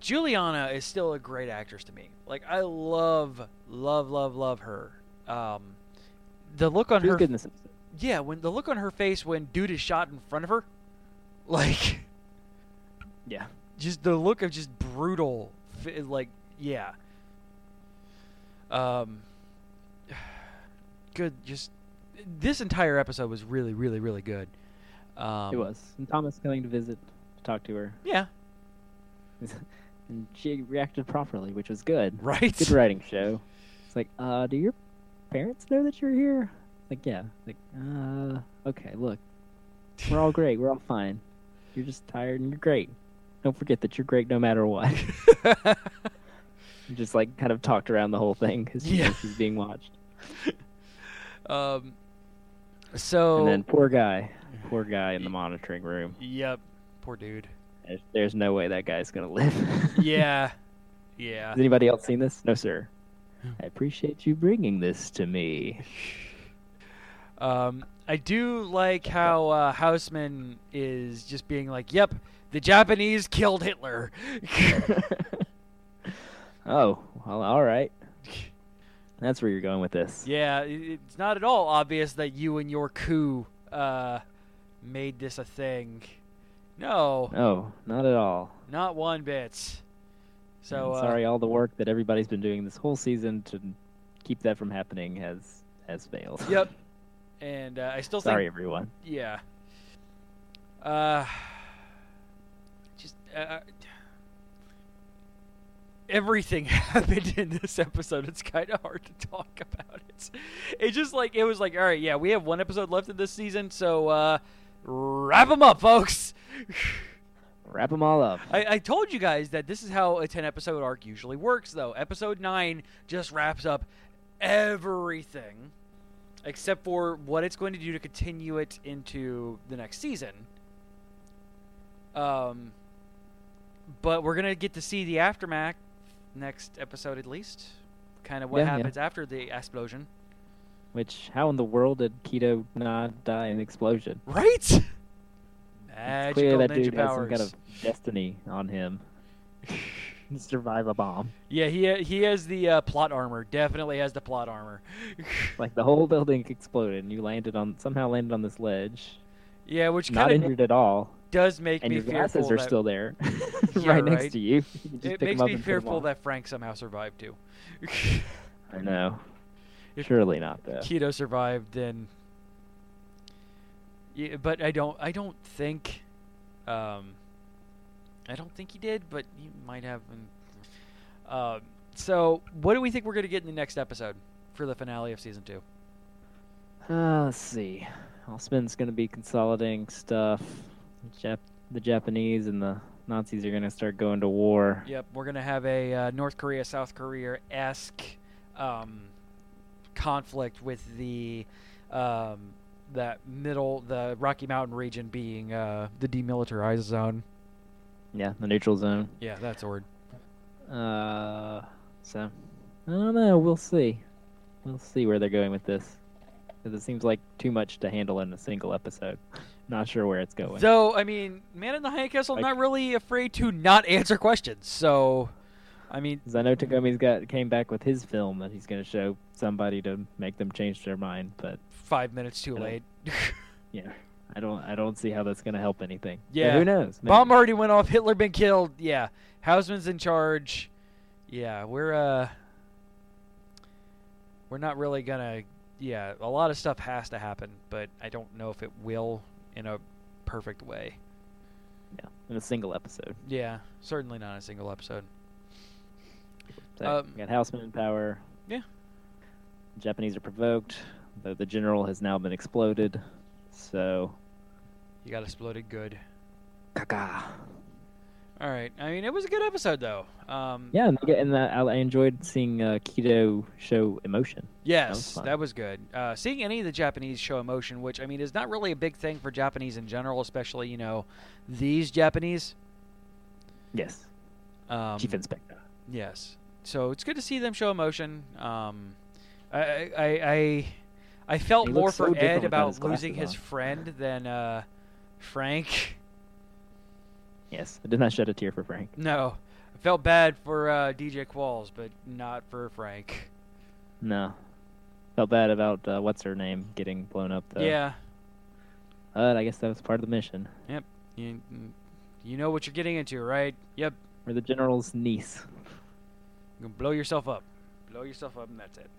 S4: Juliana is still a great actress to me. Like I love, love, love, love her. Um, the look on
S5: She was
S4: her
S5: good in this episode.
S4: yeah, when the look on her face when dude is shot in front of her, like
S5: Yeah.
S4: just the look of just brutal, fi- like yeah. Um, good. Just this entire episode was really, really, really good. Um,
S5: it was. And Thomas coming to visit to talk to her.
S4: Yeah.
S5: And she reacted properly, which was good.
S4: Right.
S5: Good writing show. It's like, uh, do your parents know that you're here? Like, yeah. Like, uh, okay, look. We're all great. We're all fine. You're just tired and you're great. Don't forget that you're great no matter what. just like kind of talked around the whole thing because she
S4: Yeah.
S5: knows she's being watched.
S4: um. So.
S5: And then poor guy, poor guy in the monitoring room.
S4: Yep. Poor dude.
S5: There's, there's no way that guy's gonna live.
S4: Yeah. yeah.
S5: Has anybody else seen this? No, sir. I appreciate you bringing this to me.
S4: Um, I do like how uh, Houseman is just being like, "Yep, the Japanese killed Hitler."
S5: Oh, well, all right. That's where you're going with this.
S4: yeah, i- it's not at all obvious that you and your coup uh, made this a thing. No,
S5: No, Oh, not at all.
S4: not one bit. So
S5: I'm
S4: uh,
S5: Mm, sorry, all the work that everybody's been doing this whole season to keep that from happening has has failed.
S4: Yep. And uh, I still think
S5: sorry, everyone.
S4: Yeah. Uh, just uh, everything happened in this episode. It's kind of hard to talk about it. It just like it was like, all right, yeah, we have one episode left of this season, so uh, wrap them up, folks.
S5: Wrap them all up.
S4: I, I told you guys that this is how a 10 episode arc usually works, though. Episode 9 just wraps up everything except for what it's going to do to continue it into the next season. Um, but we're going to get to see the aftermath next episode, at least. Kind of what
S5: Yeah, yeah.
S4: happens after the explosion.
S5: Which, how in the world did Keto not die in an explosion?
S4: Right?
S5: It's
S4: Magical
S5: clear that
S4: ninja
S5: dude has some
S4: powers.
S5: kind of destiny on him. Survive a bomb.
S4: Yeah, he he has the uh, plot armor. Definitely has the plot armor.
S5: Like the whole building exploded, and you landed on somehow landed on this ledge,
S4: Yeah, which
S5: not
S4: kind of
S5: injured at all,
S4: does make
S5: and
S4: me
S5: your glasses
S4: fearful.
S5: are
S4: that,
S5: still there,
S4: Yeah,
S5: right
S4: right.
S5: next to you. You can just
S4: it
S5: pick 'em
S4: makes
S5: up
S4: me
S5: and put 'em
S4: fearful
S5: on.
S4: that Frank somehow survived too.
S5: I know.
S4: If-
S5: Surely not though.
S4: Keto survived, then. Yeah, but I don't. I don't think. Um, I don't think he did, but he might have. Been. Um, so, what do we think we're gonna get in the next episode for the finale of season two?
S5: Uh, let's see. Allspin's going to be consolidating stuff. Jap- the Japanese and the Nazis are going to start going to war.
S4: Yep, we're gonna have a uh, North Korea South Korea esque um, conflict with the um, that middle the Rocky Mountain region being uh, the demilitarized zone.
S5: Yeah, the neutral zone.
S4: Yeah, that's a word.
S5: Uh, so I don't know. We'll see. We'll see where they're going with this. 'Cause it seems like too much to handle in a single episode. Not sure where it's going.
S4: Though I mean, Man in the High Castle
S5: Like-
S4: not really afraid to not answer questions. So, I mean,
S5: 'Cause I know Tagumi's got came back with his film that he's going to show somebody to make them change their mind, but
S4: five minutes too
S5: I don't-
S4: late.
S5: yeah, I don't I don't see how that's going to help anything. But
S4: Yeah.
S5: who knows? Maybe-
S4: Bomb already went off. Hitler been killed. Yeah, Hausman's in charge. Yeah, we're uh, we're not really gonna. Yeah, a lot of stuff has to happen, but I don't know if it will in a perfect way.
S5: Yeah, in a single episode.
S4: Yeah, certainly not in a single episode.
S5: So
S4: Um,
S5: we got Houseman in power.
S4: Yeah.
S5: The Japanese are provoked, though the general has now been exploded. So,
S4: You got exploded good.
S5: caca.
S4: All right. I mean, it was a good episode though. Um,
S5: Yeah, and, they get- and uh, I I enjoyed seeing uh, Kido show emotion.
S4: Yes,
S5: fun.
S4: that was good. Uh, seeing any of the Japanese show emotion, which I mean is not really a big thing for Japanese in general, especially you know these Japanese.
S5: Yes,
S4: Um,
S5: Chief Inspector.
S4: Yes. So it's good to see them show emotion. Um, I, I, I, I felt
S5: He
S4: more
S5: looks so
S4: for
S5: different
S4: Ed
S5: without
S4: about
S5: his
S4: losing
S5: glasses
S4: his
S5: on.
S4: friend than uh, Frank.
S5: Yes, I did not shed a tear for Frank.
S4: No, I felt bad for uh, DJ Qualls, but not for Frank.
S5: No, felt bad about uh, what's her name getting blown up though.
S4: Yeah,
S5: but I guess that was part of the mission.
S4: you, you know what you're getting into, right? Yep,
S5: Or the general's niece.
S4: you're gonna blow yourself up, blow yourself up, and that's it.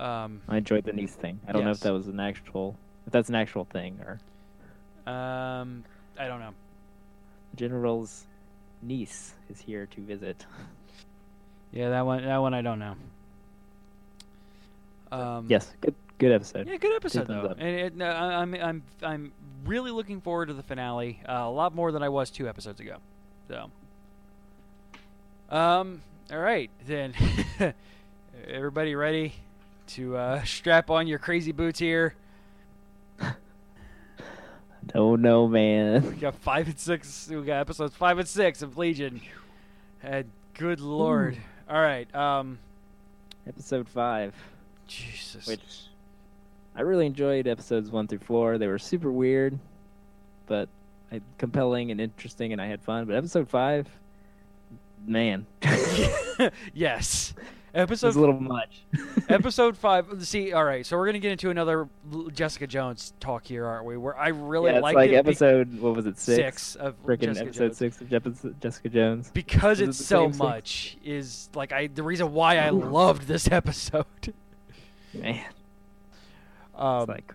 S4: Um,
S5: I enjoyed the niece thing. I don't know if
S4: Yes.
S5: that was an actual, if that's an actual thing or
S4: um, I don't know.
S5: the general's niece is here to visit.
S4: Hmm. Yeah, that one, that one, I don't know. Um,
S5: Yes, good, good episode.
S4: Yeah, good episode
S5: thumbs
S4: though.
S5: up.
S4: And it, no, I- I'm I'm I'm really looking forward to the finale. Uh, a lot more than I was two episodes ago. So, um, all right then. Everybody ready to uh, strap on your crazy boots here?
S5: Don't know, Oh, man.
S4: We got five and six. We got episodes five and six of Legion. And good lord! All right. Um,
S5: episode five,
S4: Jesus.
S5: which I really enjoyed episodes one through four. They were super weird, but I, compelling and interesting, and I had fun. But episode five, man, it
S4: yes. Episode
S5: was a little much.
S4: episode five. See, all right, so we're gonna get into another L- Jessica Jones talk here, aren't we? Where I really
S5: yeah, it's
S4: liked
S5: like
S4: it be-
S5: episode what was it six?
S4: six of
S5: Freaking
S4: Jessica
S5: episode
S4: Jones.
S5: six of Jep- Jessica Jones. Was
S4: because
S5: it
S4: it's
S5: the
S4: so
S5: same six?
S4: much is like I the reason why I loved this episode.
S5: Man,
S4: Um,
S5: it's like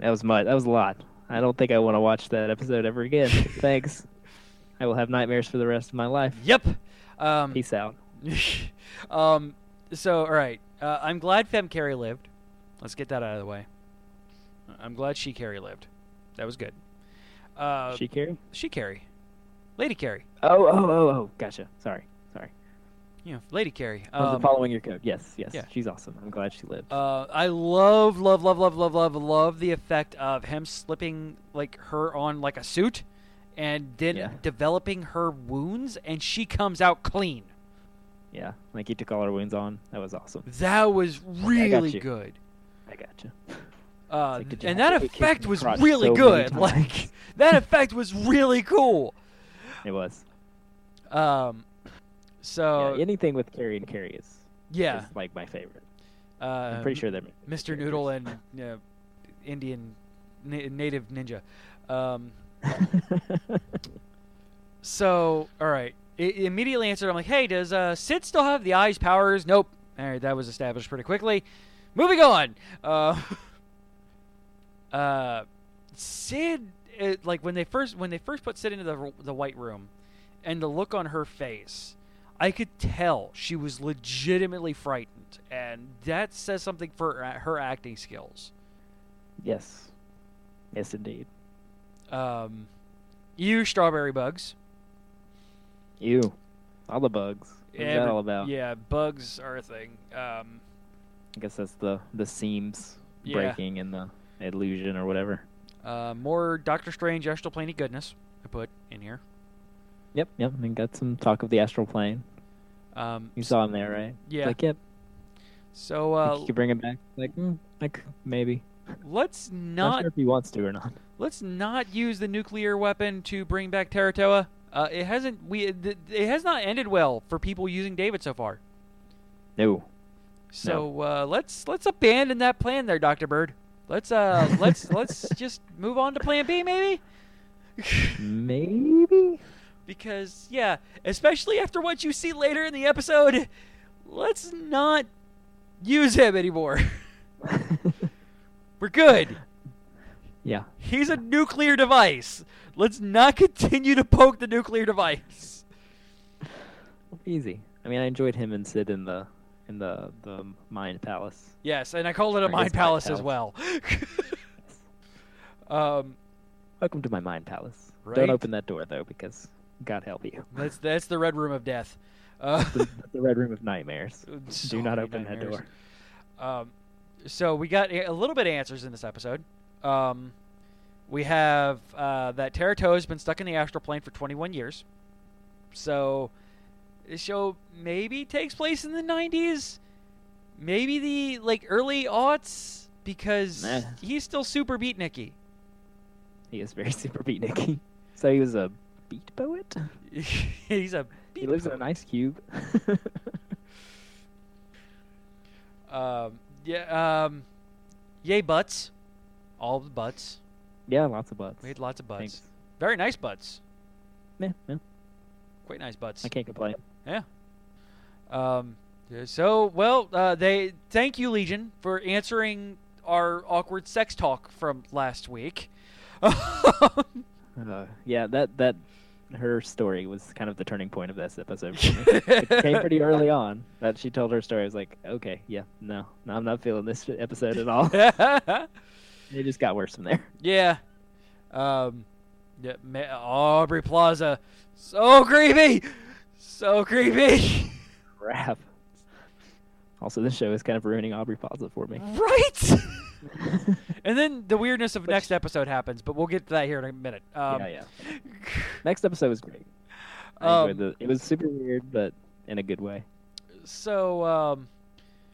S5: that was much. That was a lot. I don't think I want to watch that episode ever again. Thanks. I will have nightmares for the rest of my life.
S4: yep. Um,
S5: Peace out.
S4: um, so all right, uh, I'm glad Fem Carey lived. Let's get that out of the way. I'm glad she Carey lived. That was good. Uh,
S5: she carry?
S4: she Carey, Lady Carey,
S5: Oh, oh, oh, oh. Gotcha. Sorry, sorry.
S4: you know, Lady Carey.
S5: I was
S4: Um,
S5: following your code. Yes, yes.
S4: yeah.
S5: She's awesome. I'm glad she lived.
S4: Uh, I love, love, love, love, love, love, love the effect of him slipping like her on like a suit, and then
S5: Yeah.
S4: developing her wounds, and she comes out clean.
S5: yeah, like he took all her wounds on. That was awesome.
S4: That was really
S5: you.
S4: good,
S5: I gotcha.
S4: uh,
S5: like, did you
S4: and
S5: have
S4: that
S5: to get kicked in
S4: effect
S5: the
S4: was
S5: crotch
S4: really
S5: so many
S4: good.
S5: times?
S4: Like that effect was really cool.
S5: It was.
S4: Um, so
S5: yeah, anything with Carrie and Carrie is,
S4: yeah,
S5: is like my favorite.
S4: uh,
S5: I'm pretty sure they're my favorite
S4: Mr. Noodle
S5: characters.
S4: and you know, Indian na- native ninja. Um, So, all right. It it immediately answered. I'm like, hey, does uh, Sid still have the eyes powers? Nope. All right, that was established pretty quickly. Moving on. Uh, uh, Sid, it, like when they first when they first put Sid into the r- the white room, and the look on her face, I could tell she was legitimately frightened, and that says something for her, her acting skills.
S5: yes, yes, indeed.
S4: Um, you strawberry bugs.
S5: Ew, all the bugs. What's that
S4: Every-
S5: all about?
S4: Yeah, bugs are a thing. Um,
S5: I guess that's the the seams
S4: Yeah.
S5: breaking and the illusion or whatever.
S4: Uh, more Doctor Strange, Astral Plane Goodness I put in here.
S5: Yep, yep. And got some talk of the astral plane.
S4: Um,
S5: You saw him there, right?
S4: yeah.
S5: Like, yep.
S4: so
S5: think
S4: uh,
S5: you could bring him back. Like, mm, like maybe.
S4: let's
S5: Not,
S4: not
S5: sure if he wants to or not.
S4: let's not use the nuclear weapon to bring back Teratoa. Uh, it hasn't we th- it has not ended well for people using David so far.
S5: No.
S4: So uh, let's let's abandon that plan there, Doctor Bird. Let's uh let's let's just move on to Plan B maybe.
S5: Maybe.
S4: because yeah, especially after what you see later in the episode, let's not use him anymore. We're good.
S5: yeah.
S4: He's a nuclear device. Let's not continue to poke the nuclear device.
S5: Easy. I mean, I enjoyed him and Sid in the in the the mind palace.
S4: Yes, and I called it a
S5: Or
S4: mind
S5: his mind
S4: palace as
S5: palace.
S4: well. um,
S5: Welcome to my mind palace.
S4: Right?
S5: Don't open that door though, because God help you.
S4: that's that's the red room of death. Uh,
S5: the, the red room of nightmares.
S4: so
S5: Do not
S4: many
S5: open that
S4: nightmares.
S5: door.
S4: Um, so we got a a little bit of answers in this episode. Um, we have uh, that Teratoa has been stuck in the astral plane for 21 years. So this show maybe takes place in the 90s, maybe the like early aughts, because
S5: Nah.
S4: he's still super beatniky.
S5: He is very super beat Nicky. So he was a beat poet.
S4: He's a
S5: He lives in an ice cube.
S4: um, yeah um, yay butts, all the butts.
S5: yeah, lots of butts.
S4: We had lots of butts.
S5: Thanks.
S4: Very nice butts.
S5: Yeah, yeah,
S4: Quite nice butts.
S5: I can't complain.
S4: Um, yeah, so well, uh, they thank you, Legion, for answering our awkward sex talk from last week.
S5: Uh, yeah, that that her story was kind of the turning point of this episode. for me. it came pretty early on that she told her story. I was like, okay, yeah, no, no, I'm not feeling this episode at all. it just got worse from there.
S4: yeah. Um, yeah, Ma- Aubrey Plaza, so creepy, so creepy.
S5: Crap. Also, this show is kind of ruining Aubrey Plaza for me.
S4: right. and then the weirdness of next episode happens, but we'll get to that here in a minute. Um,
S5: yeah, yeah. Next episode was great. I
S4: um,
S5: enjoyed the, it was super weird, but in a good way.
S4: so um,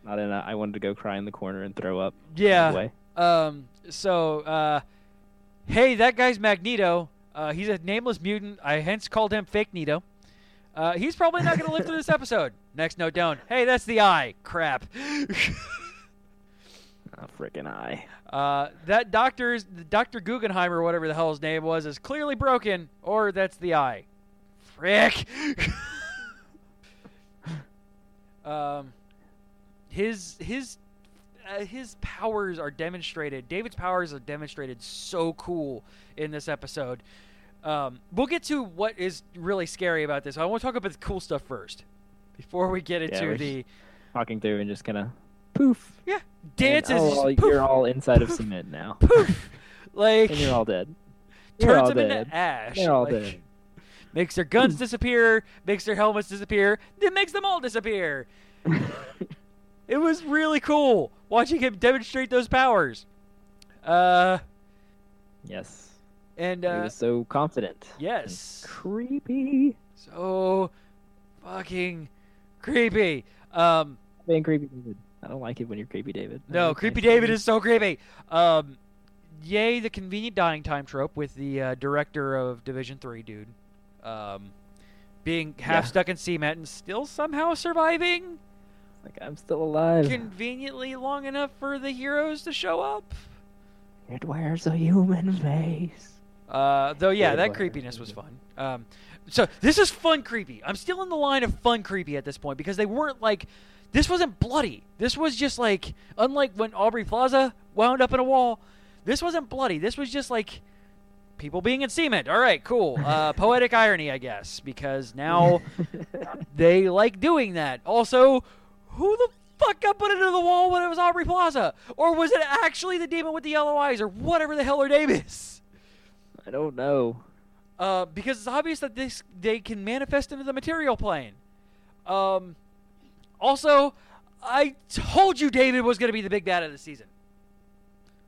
S5: Not in a, I wanted to go cry in the corner and throw up.
S4: yeah.
S5: Way.
S4: Um, so, uh, hey, that guy's Magneto. Uh, he's a nameless mutant. I hence called him Fake Nito. Uh, he's probably not going to live through this episode. Next note down. Hey, that's the eye. Crap.
S5: Oh, freaking I.
S4: uh, that doctor's Doctor Guggenheim or whatever the hell his name was is clearly broken, or that's the eye. Frick. um, his his uh, his powers are demonstrated. David's powers are demonstrated so cool in this episode. Um, we'll get to what is really scary about this. I want to talk about the cool stuff first, before we get into
S5: we're
S4: the
S5: Talking through and just kind of poof.
S4: yeah dances.
S5: And, oh,
S4: poof,
S5: you're all inside of cement now,
S4: poof. Like
S5: and you're all dead. You're
S4: turns
S5: all
S4: them
S5: dead.
S4: into ash.
S5: They're all
S4: like,
S5: dead.
S4: Makes their guns disappear, makes their helmets disappear, then makes them all disappear. it was really cool watching him demonstrate those powers. Uh,
S5: Yes.
S4: and
S5: he
S4: uh,
S5: was so confident.
S4: yes,
S5: Creepy.
S4: so fucking creepy. Um,
S5: Being creepy David. I don't like it when you're creepy David. I
S4: No,
S5: like
S4: creepy
S5: nice
S4: David
S5: things.
S4: is so creepy. Um, yay, the convenient dying time trope with the uh, director of Division Three, dude, um, being half
S5: Yeah.
S4: stuck in cement and still somehow surviving
S5: like I'm still alive.
S4: conveniently long enough for the heroes to show up.
S5: It wears a human face.
S4: Uh, though, yeah,
S5: Yeah,
S4: that
S5: but-
S4: creepiness was fun. Um, so this is fun creepy. I'm still in the line of fun creepy at this point because they weren't like, this wasn't bloody. This was just like, unlike when Aubrey Plaza wound up in a wall, this wasn't bloody. This was just like people being in cement. All right, cool. Uh, poetic irony, I guess, because now they like doing that. Also, who the fuck got put into the wall when it was Aubrey Plaza? Or was it actually the demon with the yellow eyes or whatever the hell her name is?
S5: I don't know.
S4: uh, because it's obvious that this they can manifest into the material plane. Um, also, I told you David was going to be the big bad of the season.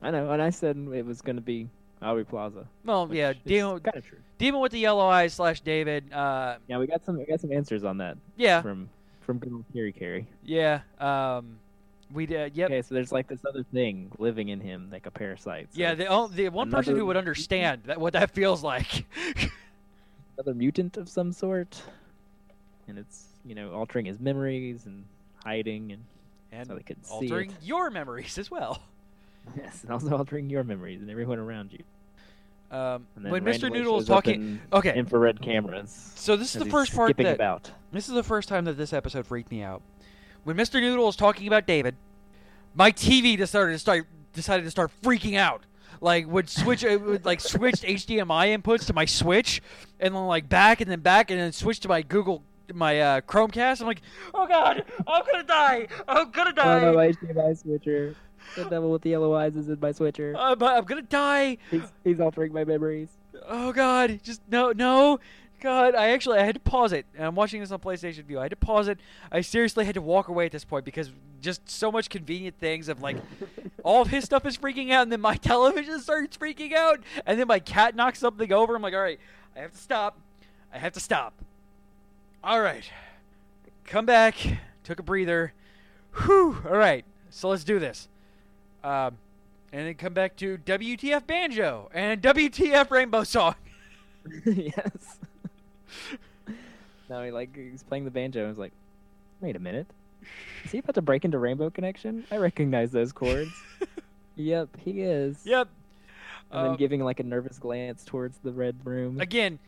S5: I know, and I said it was going to be Aubrey Plaza.
S4: Well, yeah, demon,
S5: kind of true.
S4: demon with the yellow eyes slash David. Uh,
S5: Yeah, we got some we got some answers on that
S4: yeah,
S5: from from good old Carrie Carey.
S4: yeah. Um, we did. Yep.
S5: Okay, so there's like this other thing living in him, like a parasite. So
S4: Yeah, the, on- the one person
S5: Another-
S4: who would understand that what that feels like.
S5: another mutant of some sort, and it's you know altering his memories and hiding, and so
S4: and
S5: they could see
S4: altering
S5: it.
S4: your memories as well.
S5: Yes, and also altering your memories and everyone around you.
S4: Um,
S5: And then
S4: when Mr.
S5: randomly
S4: Noodle was
S5: shows up
S4: talking,
S5: in
S4: okay.
S5: infrared cameras.
S4: so this is
S5: as
S4: the
S5: he's
S4: first part
S5: skipping
S4: that
S5: about.
S4: This is the first time that this episode freaked me out. When Mr. Noodle was talking about David, my TV decided to start decided to start freaking out. Like would switch it would like switched HDMI inputs to my Switch, and then like back and then back and then switch to my Google my uh, Chromecast. I'm like, oh god, I'm gonna die. I'm gonna die.
S5: Oh, my HDMI switcher. The devil with the yellow eyes is in my switcher.
S4: I'm, I'm gonna die.
S5: He's, he's altering my memories.
S4: Oh God! Just no, no, God! I actually I had to pause it, and I'm watching this on PlayStation View. I had to pause it. I seriously had to walk away at this point because just so much convenient things of like, all of his stuff is freaking out, and then my television starts freaking out, and then my cat knocks something over. I'm like, all right, I have to stop. I have to stop. All right, come back. Took a breather. Whew. All right, so let's do this. Um, and then come back to WTF Banjo and WTF Rainbow Song.
S5: yes. No, he like he's playing the banjo. and was like, wait a minute, is he about to break into Rainbow Connection? I recognize those chords. yep, he is.
S4: Yep.
S5: And then
S4: Uh,
S5: giving like a nervous glance towards the red room.
S4: Again,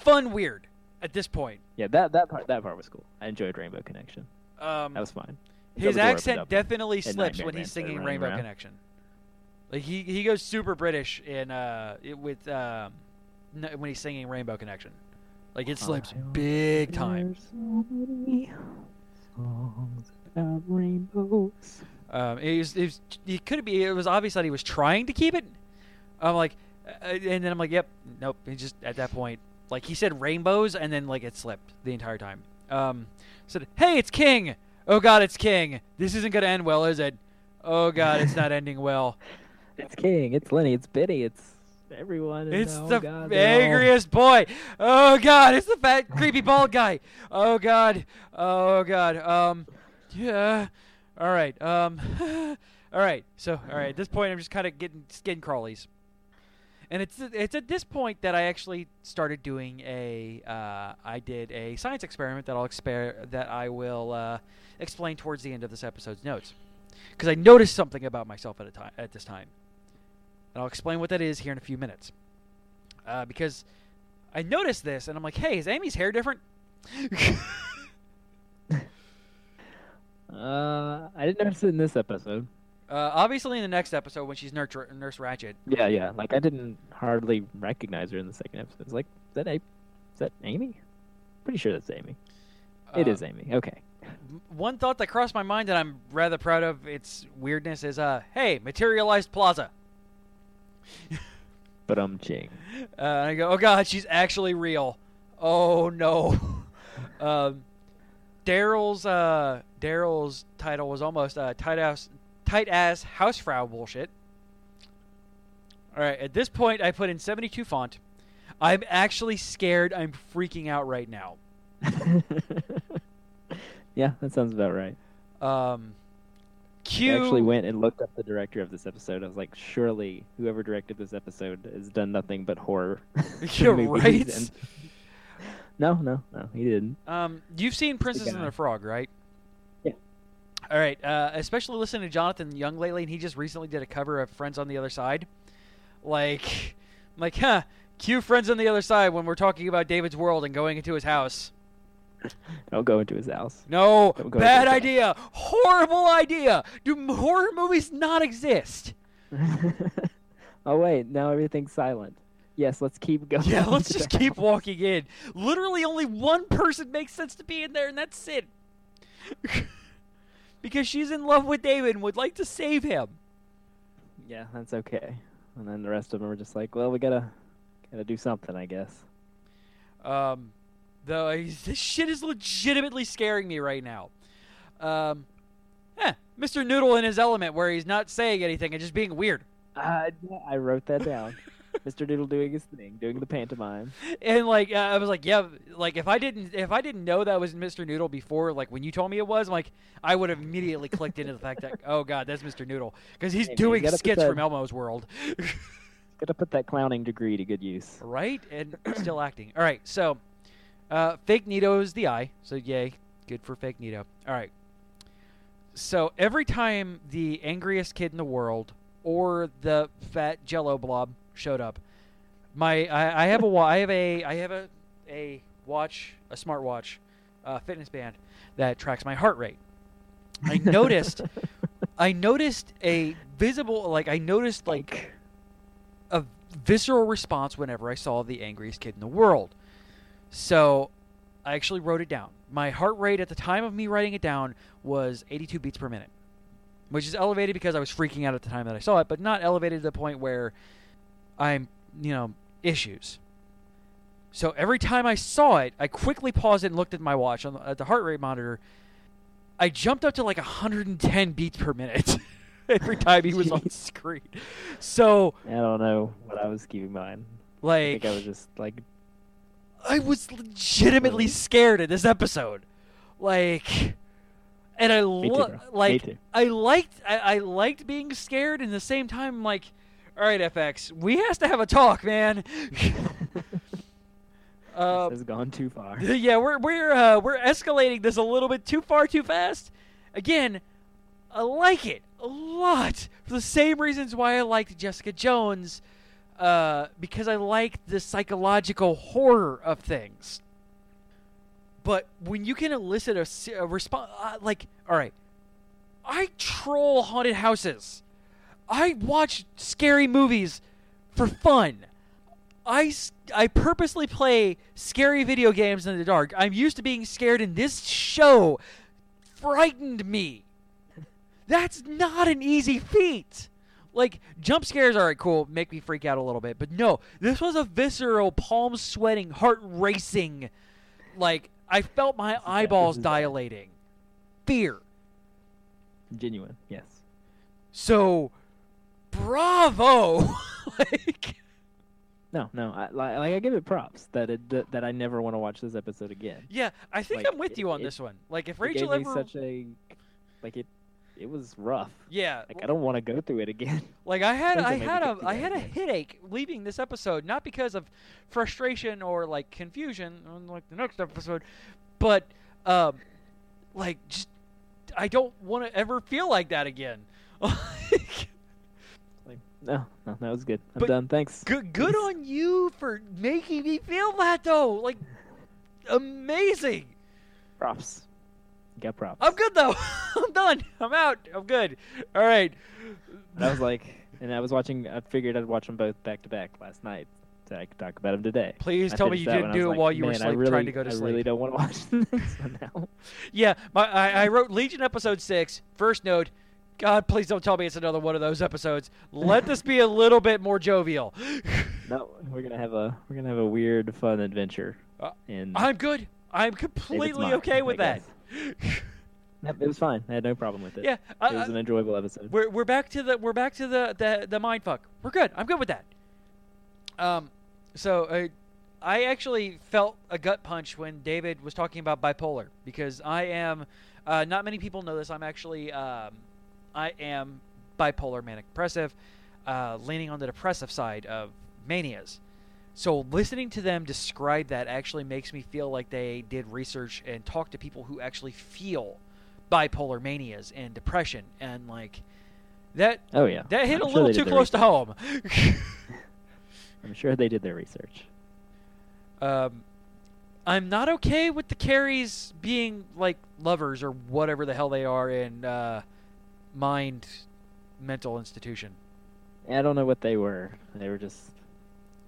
S4: fun weird at this point.
S5: yeah, that that part that part was cool. I enjoyed Rainbow Connection.
S4: Um,
S5: That was fine.
S4: his
S5: the door
S4: accent
S5: opened up.
S4: definitely
S5: and
S4: slips
S5: Nightmare
S4: when he's
S5: Man started
S4: singing
S5: running
S4: Rainbow
S5: around.
S4: Connection. Like he he goes super British in uh it- with um n- when he's singing Rainbow Connection. Like it slips
S5: Ohio
S4: big time.
S5: Songs about rainbows.
S4: Um, it was, it was he could be it was obvious that he was trying to keep it. I'm like, uh, and then I'm like, yep, nope. He just at that point, like he said rainbows, and then like it slipped the entire time. Um, said, hey, it's King. Oh God, it's King. This isn't gonna end well, is it? Oh God, it's not ending well.
S5: It's King. It's Lenny. It's Biddy. It's everyone. and
S4: It's
S5: oh
S4: the
S5: God, they're all-
S4: angriest boy. Oh god, it's the fat, creepy, bald guy. Oh god. Oh god. Um, yeah. All right. Um, all right. So, all right. At this point, I'm just kind of getting skin crawlies, and it's it's at this point that I actually started doing a uh, I did a science experiment that I'll exper- that I will uh, explain towards the end of this episode's notes, because I noticed something about myself at a time at this time, and I'll explain what that is here in a few minutes uh, because I noticed this and I'm like, hey, is Amy's hair different?
S5: Uh, I didn't notice it in this episode.
S4: uh, obviously, in the next episode when she's Nurse, Nurse Ratchet,
S5: Yeah, yeah. Like I didn't hardly recognize her in the second episode. It's like, is that a, is that Amy? Pretty sure that's Amy. it
S4: uh,
S5: is Amy. Okay.
S4: m- One thought that crossed my mind that I'm rather proud of its weirdness is, uh, hey, materialized plaza.
S5: But um, Ching.
S4: Uh, and I go, oh god, she's actually real. Oh no. um, Daryl's uh, Daryl's title was almost uh, tight ass tight ass housefrau bullshit. All right, at this point, I put in 72 font. I'm actually scared. I'm freaking out right now.
S5: yeah, that sounds about right.
S4: Um,
S5: I
S4: Q.
S5: actually went and looked up the director of this episode. I was like, surely whoever directed this episode has done nothing but horror.
S4: You're
S5: movies
S4: right.
S5: and- No, no, no, he didn't.
S4: Um, you've seen Princess and
S5: guy.
S4: the Frog, right?
S5: Yeah.
S4: All right. Uh, especially listening to Jonathan Young lately, and he just recently did a cover of Friends on the Other Side. Like, I'm like, huh? Cue Friends on the Other Side when we're talking about David's world and going into his house.
S5: Don't go into his house.
S4: No,
S5: Don't go
S4: bad
S5: into his
S4: idea. Horrible idea. Do m- horror movies not exist?
S5: oh wait, now everything's silent. Yes, let's keep going.
S4: Yeah, let's
S5: to
S4: just
S5: the
S4: keep
S5: house.
S4: walking in. Literally, only one person makes sense to be in there, and that's it. because she's in love with David and would like to save him.
S5: Yeah, that's okay. And then the rest of them are just like, well, we gotta, gotta do something, I guess.
S4: Um, though I, this shit is legitimately scaring me right now. Um, eh, Mr. Noodle in his element, where he's not saying anything and just being weird,
S5: Uh, yeah, I wrote that down. Mr. Doodle doing his thing, doing the pantomime.
S4: and like uh, I was like, yeah, like if I didn't if I didn't know that was Mr. Noodle before, like when you told me it was, I'm like I would have immediately clicked into the fact that oh god, that's Mr. Noodle because he's
S5: Hey, man, you
S4: doing
S5: gotta put
S4: skits
S5: that-
S4: from Elmo's World.
S5: Gotta put that clowning degree to good use.
S4: Right? And still acting. All right, so uh, fake Nito's the eye, so yay, good for fake Nito. All right. So every time the angriest kid in the world or the fat Jello blob showed up, my I, I have a wa- I have a I have a a watch a smartwatch, uh, fitness band that tracks my heart rate. I noticed I noticed a visible like I noticed like a visceral response whenever I saw the angriest kid in the world. So I actually wrote it down. My heart rate at the time of me writing it down was 82 beats per minute, which is elevated because I was freaking out at the time that I saw it, but not elevated to the point where I'm, you know, issues. So every time I saw it, I quickly paused it and looked at my watch on the, at the heart rate monitor. I jumped up to like 110 beats per minute every time he was on
S5: Jeez.
S4: screen. So
S5: I don't know what I was keeping mine. I
S4: like
S5: think I was just like,
S4: I was legitimately scared in this episode. Like and I
S5: me too,
S4: lo-
S5: bro.
S4: like
S5: me too.
S4: I liked I-, I liked being scared and at the same time I'm like all right FX, we has to have a talk, man. Uh,
S5: has gone too far.
S4: yeah, we're we're uh, we're escalating this a little bit too far, too fast. Again, I like it a lot for the same reasons why I liked Jessica Jones, uh, because I like the psychological horror of things. But when you can elicit a, se- a response, uh, like, all right, I troll haunted houses. I watch scary movies for fun. I, s- I purposely play scary video games in the dark. I'm used to being scared, and this show frightened me. That's not an easy feat. Like, jump scares, all right, cool, make me freak out a little bit. But no, this was a visceral, palm sweating, heart racing. Like, I felt my eyeballs
S5: is bad.
S4: dilating. Fear.
S5: Genuine, yes.
S4: So, bravo! like,
S5: No, no. I, like, like I give it props that it that, that I never want to watch this episode again.
S4: yeah, I think
S5: Like,
S4: I'm with
S5: it-
S4: you on
S5: it-
S4: this one. Like, if
S5: It gave
S4: Rachel
S5: me
S4: ever,
S5: such a like it. It was rough.
S4: yeah,
S5: Like I don't want to go through it again.
S4: Like I had,
S5: Things
S4: I
S5: that make
S4: had
S5: it
S4: a,
S5: get
S4: I had a
S5: together.
S4: headache leaving this episode, not because of frustration or like confusion, mm, like the next episode, but um, like just I don't want to ever feel like that again. Like,
S5: Like no, no, that was good. I'm
S4: But-
S5: done. Thanks.
S4: good, good on you for making me feel that though. Like amazing.
S5: Props. You got props.
S4: I'm good though. I'm done. I'm out. I'm good. All right.
S5: And I was like, and I was watching. I figured I'd watch them both back to back last night, so I could talk about them today.
S4: Please
S5: I
S4: tell me
S5: finished
S4: you
S5: that
S4: didn't
S5: one, I was
S4: do it
S5: like,
S4: while you were
S5: "Man, I
S4: asleep,
S5: really,
S4: trying to go to
S5: I
S4: sleep.
S5: really don't want to watch the next one now.
S4: Yeah, my I, I wrote Legion episode six. First note, God, please don't tell me it's another one of those episodes. Let this be a little bit more jovial.
S5: No, we're gonna have a we're gonna have a weird, fun adventure.
S4: Uh,
S5: and
S4: I'm good. I'm completely
S5: mine,
S4: okay
S5: I
S4: with that.
S5: Nope, it was fine. I had no problem with it.
S4: yeah, I,
S5: it was an
S4: I-
S5: enjoyable episode.
S4: we're we're back to the we're back to the the the mind fuck. We're good. I'm good with that. Um, so I, I actually felt a gut punch when David was talking about bipolar because I am. Uh, not many people know this. I'm actually um, I am bipolar manic depressive, uh, leaning on the depressive side of manias. So listening to them describe that actually makes me feel like they did research and talked to people who actually feel bipolar manias and depression and like that
S5: Oh yeah,
S4: that hit
S5: I'm
S4: a
S5: sure
S4: little
S5: they did
S4: too
S5: their
S4: close to
S5: research.
S4: home.
S5: I'm sure they did their research.
S4: um, I'm not okay with the Carries being like lovers or whatever the hell they are in uh, mind mental institution.
S5: I don't know what they were. They were just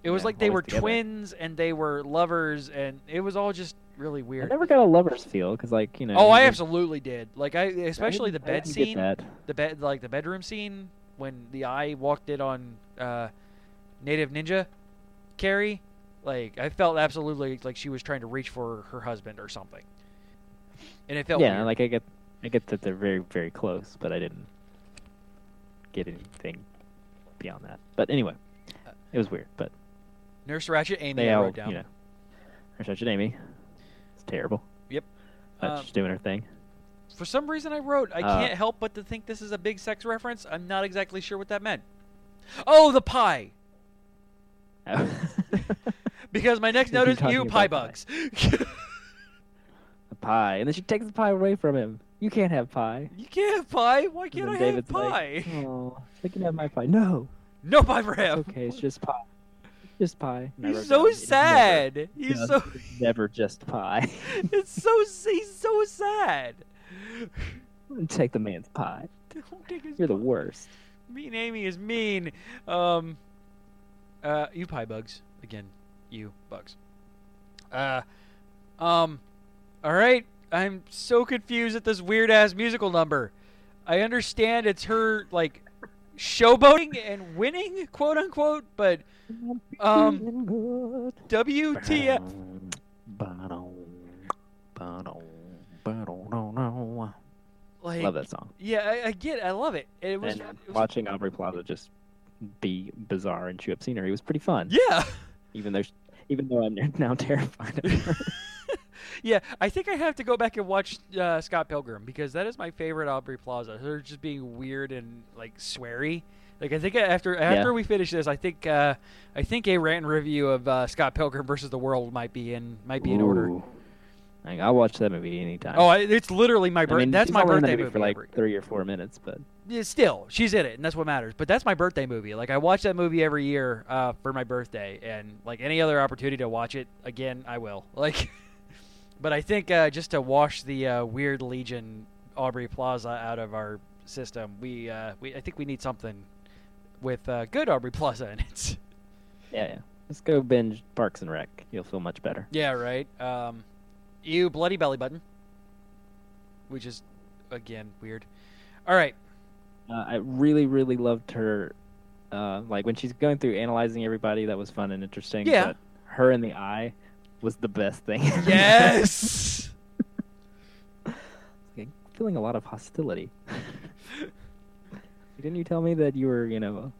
S4: It was
S5: Yeah,
S4: like they
S5: always
S4: were
S5: together.
S4: twins and they were lovers, and it was all just really
S5: I
S4: weird.
S5: never got a lover's feel because like you know.
S4: oh, I
S5: you-
S4: absolutely did. Like I, especially the
S5: didn't- I
S4: bed
S5: didn't
S4: scene,
S5: Get that.
S4: the bed, like the bedroom scene when the eye walked in on uh, Native Ninja Carrie. Like I felt absolutely like she was trying to reach for her husband or something, and it felt
S5: yeah,
S4: weird.
S5: like I get, I get that they're very, very close, but I didn't get anything beyond that. But anyway, it was weird. But
S4: Nurse Ratchet Amy
S5: they
S4: I
S5: all,
S4: wrote down.
S5: you know, Nurse Ratched Amy. It's terrible.
S4: Yep.
S5: But
S4: Um,
S5: she's doing her thing.
S4: For some reason, I wrote. I
S5: Uh,
S4: can't help but to think this is a big sex reference. I'm not exactly sure what that meant. Oh, the pie. Because my next
S5: We've
S4: note
S5: been
S4: is you
S5: talking
S4: pie
S5: about
S4: bugs.
S5: the pie, and then she takes the pie away from him. You can't have pie.
S4: you can't have pie. Why
S5: And
S4: can't
S5: then
S4: I
S5: David's
S4: have pie?
S5: like, "Aw, I can have my pie. No,
S4: No pie for him.
S5: it's okay. It's just pie. Just pie. And I
S4: He's
S5: wrote
S4: so
S5: down, "It's never-
S4: sad. he's
S5: just-
S4: so
S5: it's never just pie.
S4: it's so he's so sad.
S5: Take the man's pie.
S4: Don't take his
S5: You're the
S4: pie.
S5: worst.
S4: Mean Amy is mean. Um, uh, you pie bugs again. You bugs. Uh, um, all right. I'm so confused at this weird ass musical number. I understand it's her like showboating and winning, quote unquote, but Um,
S5: Feeling good.
S4: WTF? Like,
S5: Love that song.
S4: Yeah, I, I get. It. I love it. It was.
S5: And
S4: it was-
S5: watching Aubrey Plaza just be bizarre and chew up scenery was pretty fun.
S4: yeah.
S5: Even though, even though I'm now terrified of her.
S4: Yeah, I think I have to go back and watch uh, Scott Pilgrim because that is my favorite Aubrey Plaza. Her just being weird and like sweary. Like I think after after we finish this, I think uh, I think a rant and review of uh, Scott Pilgrim versus the World might be in might be in order.
S5: Ooh. Like, I'll watch that movie anytime.
S4: Oh, I, it's literally my birthday.
S5: mean,
S4: that's
S5: she's
S4: my
S5: only in that
S4: birthday
S5: movie
S4: movie.
S5: for like
S4: every-
S5: three or four minutes, but
S4: Yeah, still, she's in it, and that's what matters. But that's my birthday movie. Like I watch that movie every year uh, for my birthday, and like any other opportunity to watch it again, I will. Like, but I think uh, just to wash the uh, weird Legion Aubrey Plaza out of our system, we uh, we I think we need something with uh, good Aubrey Plaza in it.
S5: yeah, yeah. Let's go binge Parks and Rec. You'll feel much better.
S4: yeah, right. Um, ew, bloody belly button, which is again weird. All right.
S5: Uh, I really, really loved her. Uh, like when she's going through analyzing everybody, that was fun and interesting.
S4: Yeah.
S5: But her in the eye was the best thing.
S4: Yes.
S5: Feeling a lot of hostility. Didn't you tell me that you were, you know,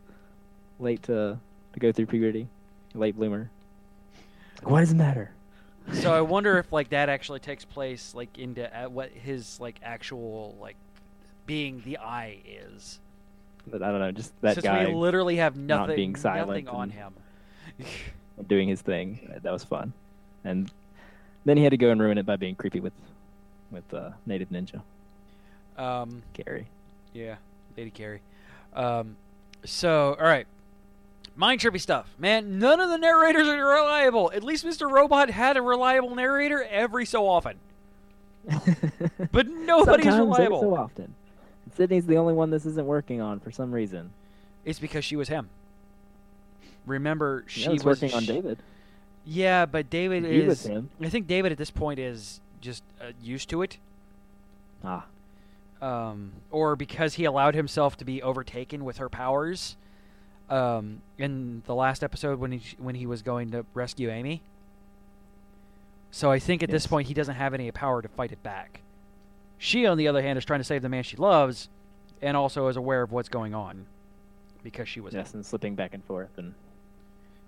S5: late to to go through puberty, late bloomer? Like, what does it matter?
S4: So I wonder if like that actually takes place like into uh, what his like actual like being the eye is.
S5: But I don't know. Just that
S4: Since
S5: guy
S4: we literally have nothing,
S5: being silent
S4: nothing on
S5: and-
S4: him.
S5: doing his thing. That was fun. And then he had to go and ruin it by being creepy with with uh, Native Ninja
S4: Um,
S5: Gary.
S4: yeah, Lady Carey. Um, so all right, mind trippy stuff, man. None of the narrators are reliable. At least Mr. Robot had a reliable narrator every so often, but nobody's
S5: Sometimes, every
S4: reliable.
S5: so often. And Sydney's the only one this isn't working on for some reason.
S4: It's because she was him. Remember, she
S5: She was working on
S4: she-
S5: David.
S4: Yeah, but David
S5: He
S4: is.
S5: was him.
S4: I think David at this point is just uh, used to it,
S5: Ah,
S4: um, or because he allowed himself to be overtaken with her powers. Um, in the last episode, when he when he was going to rescue Amy, so I think at this
S5: Yes.
S4: point he doesn't have any power to fight it back. She, on the other hand, is trying to save the man she loves, and also is aware of what's going on because she was.
S5: yes, and slipping back and forth, and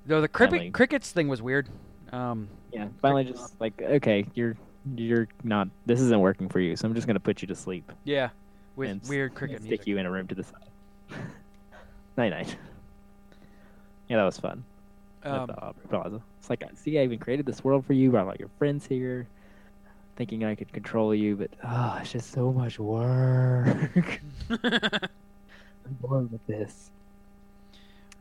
S4: Though the cricket
S5: Finally.
S4: crickets thing was weird. Um,
S5: yeah, finally just like, okay, you're you're not. This isn't working for you, so I'm just gonna put you to sleep
S4: yeah, with
S5: And s-
S4: weird
S5: and
S4: cricket
S5: stick
S4: music.
S5: you in a room to the side. night night. Yeah, that was fun. at
S4: Um,
S5: the Aubrey Plaza. It's like, see, I even created this world for you. Brought all your friends here, thinking I could control you, but ah, it's just so much work. I'm bored with this.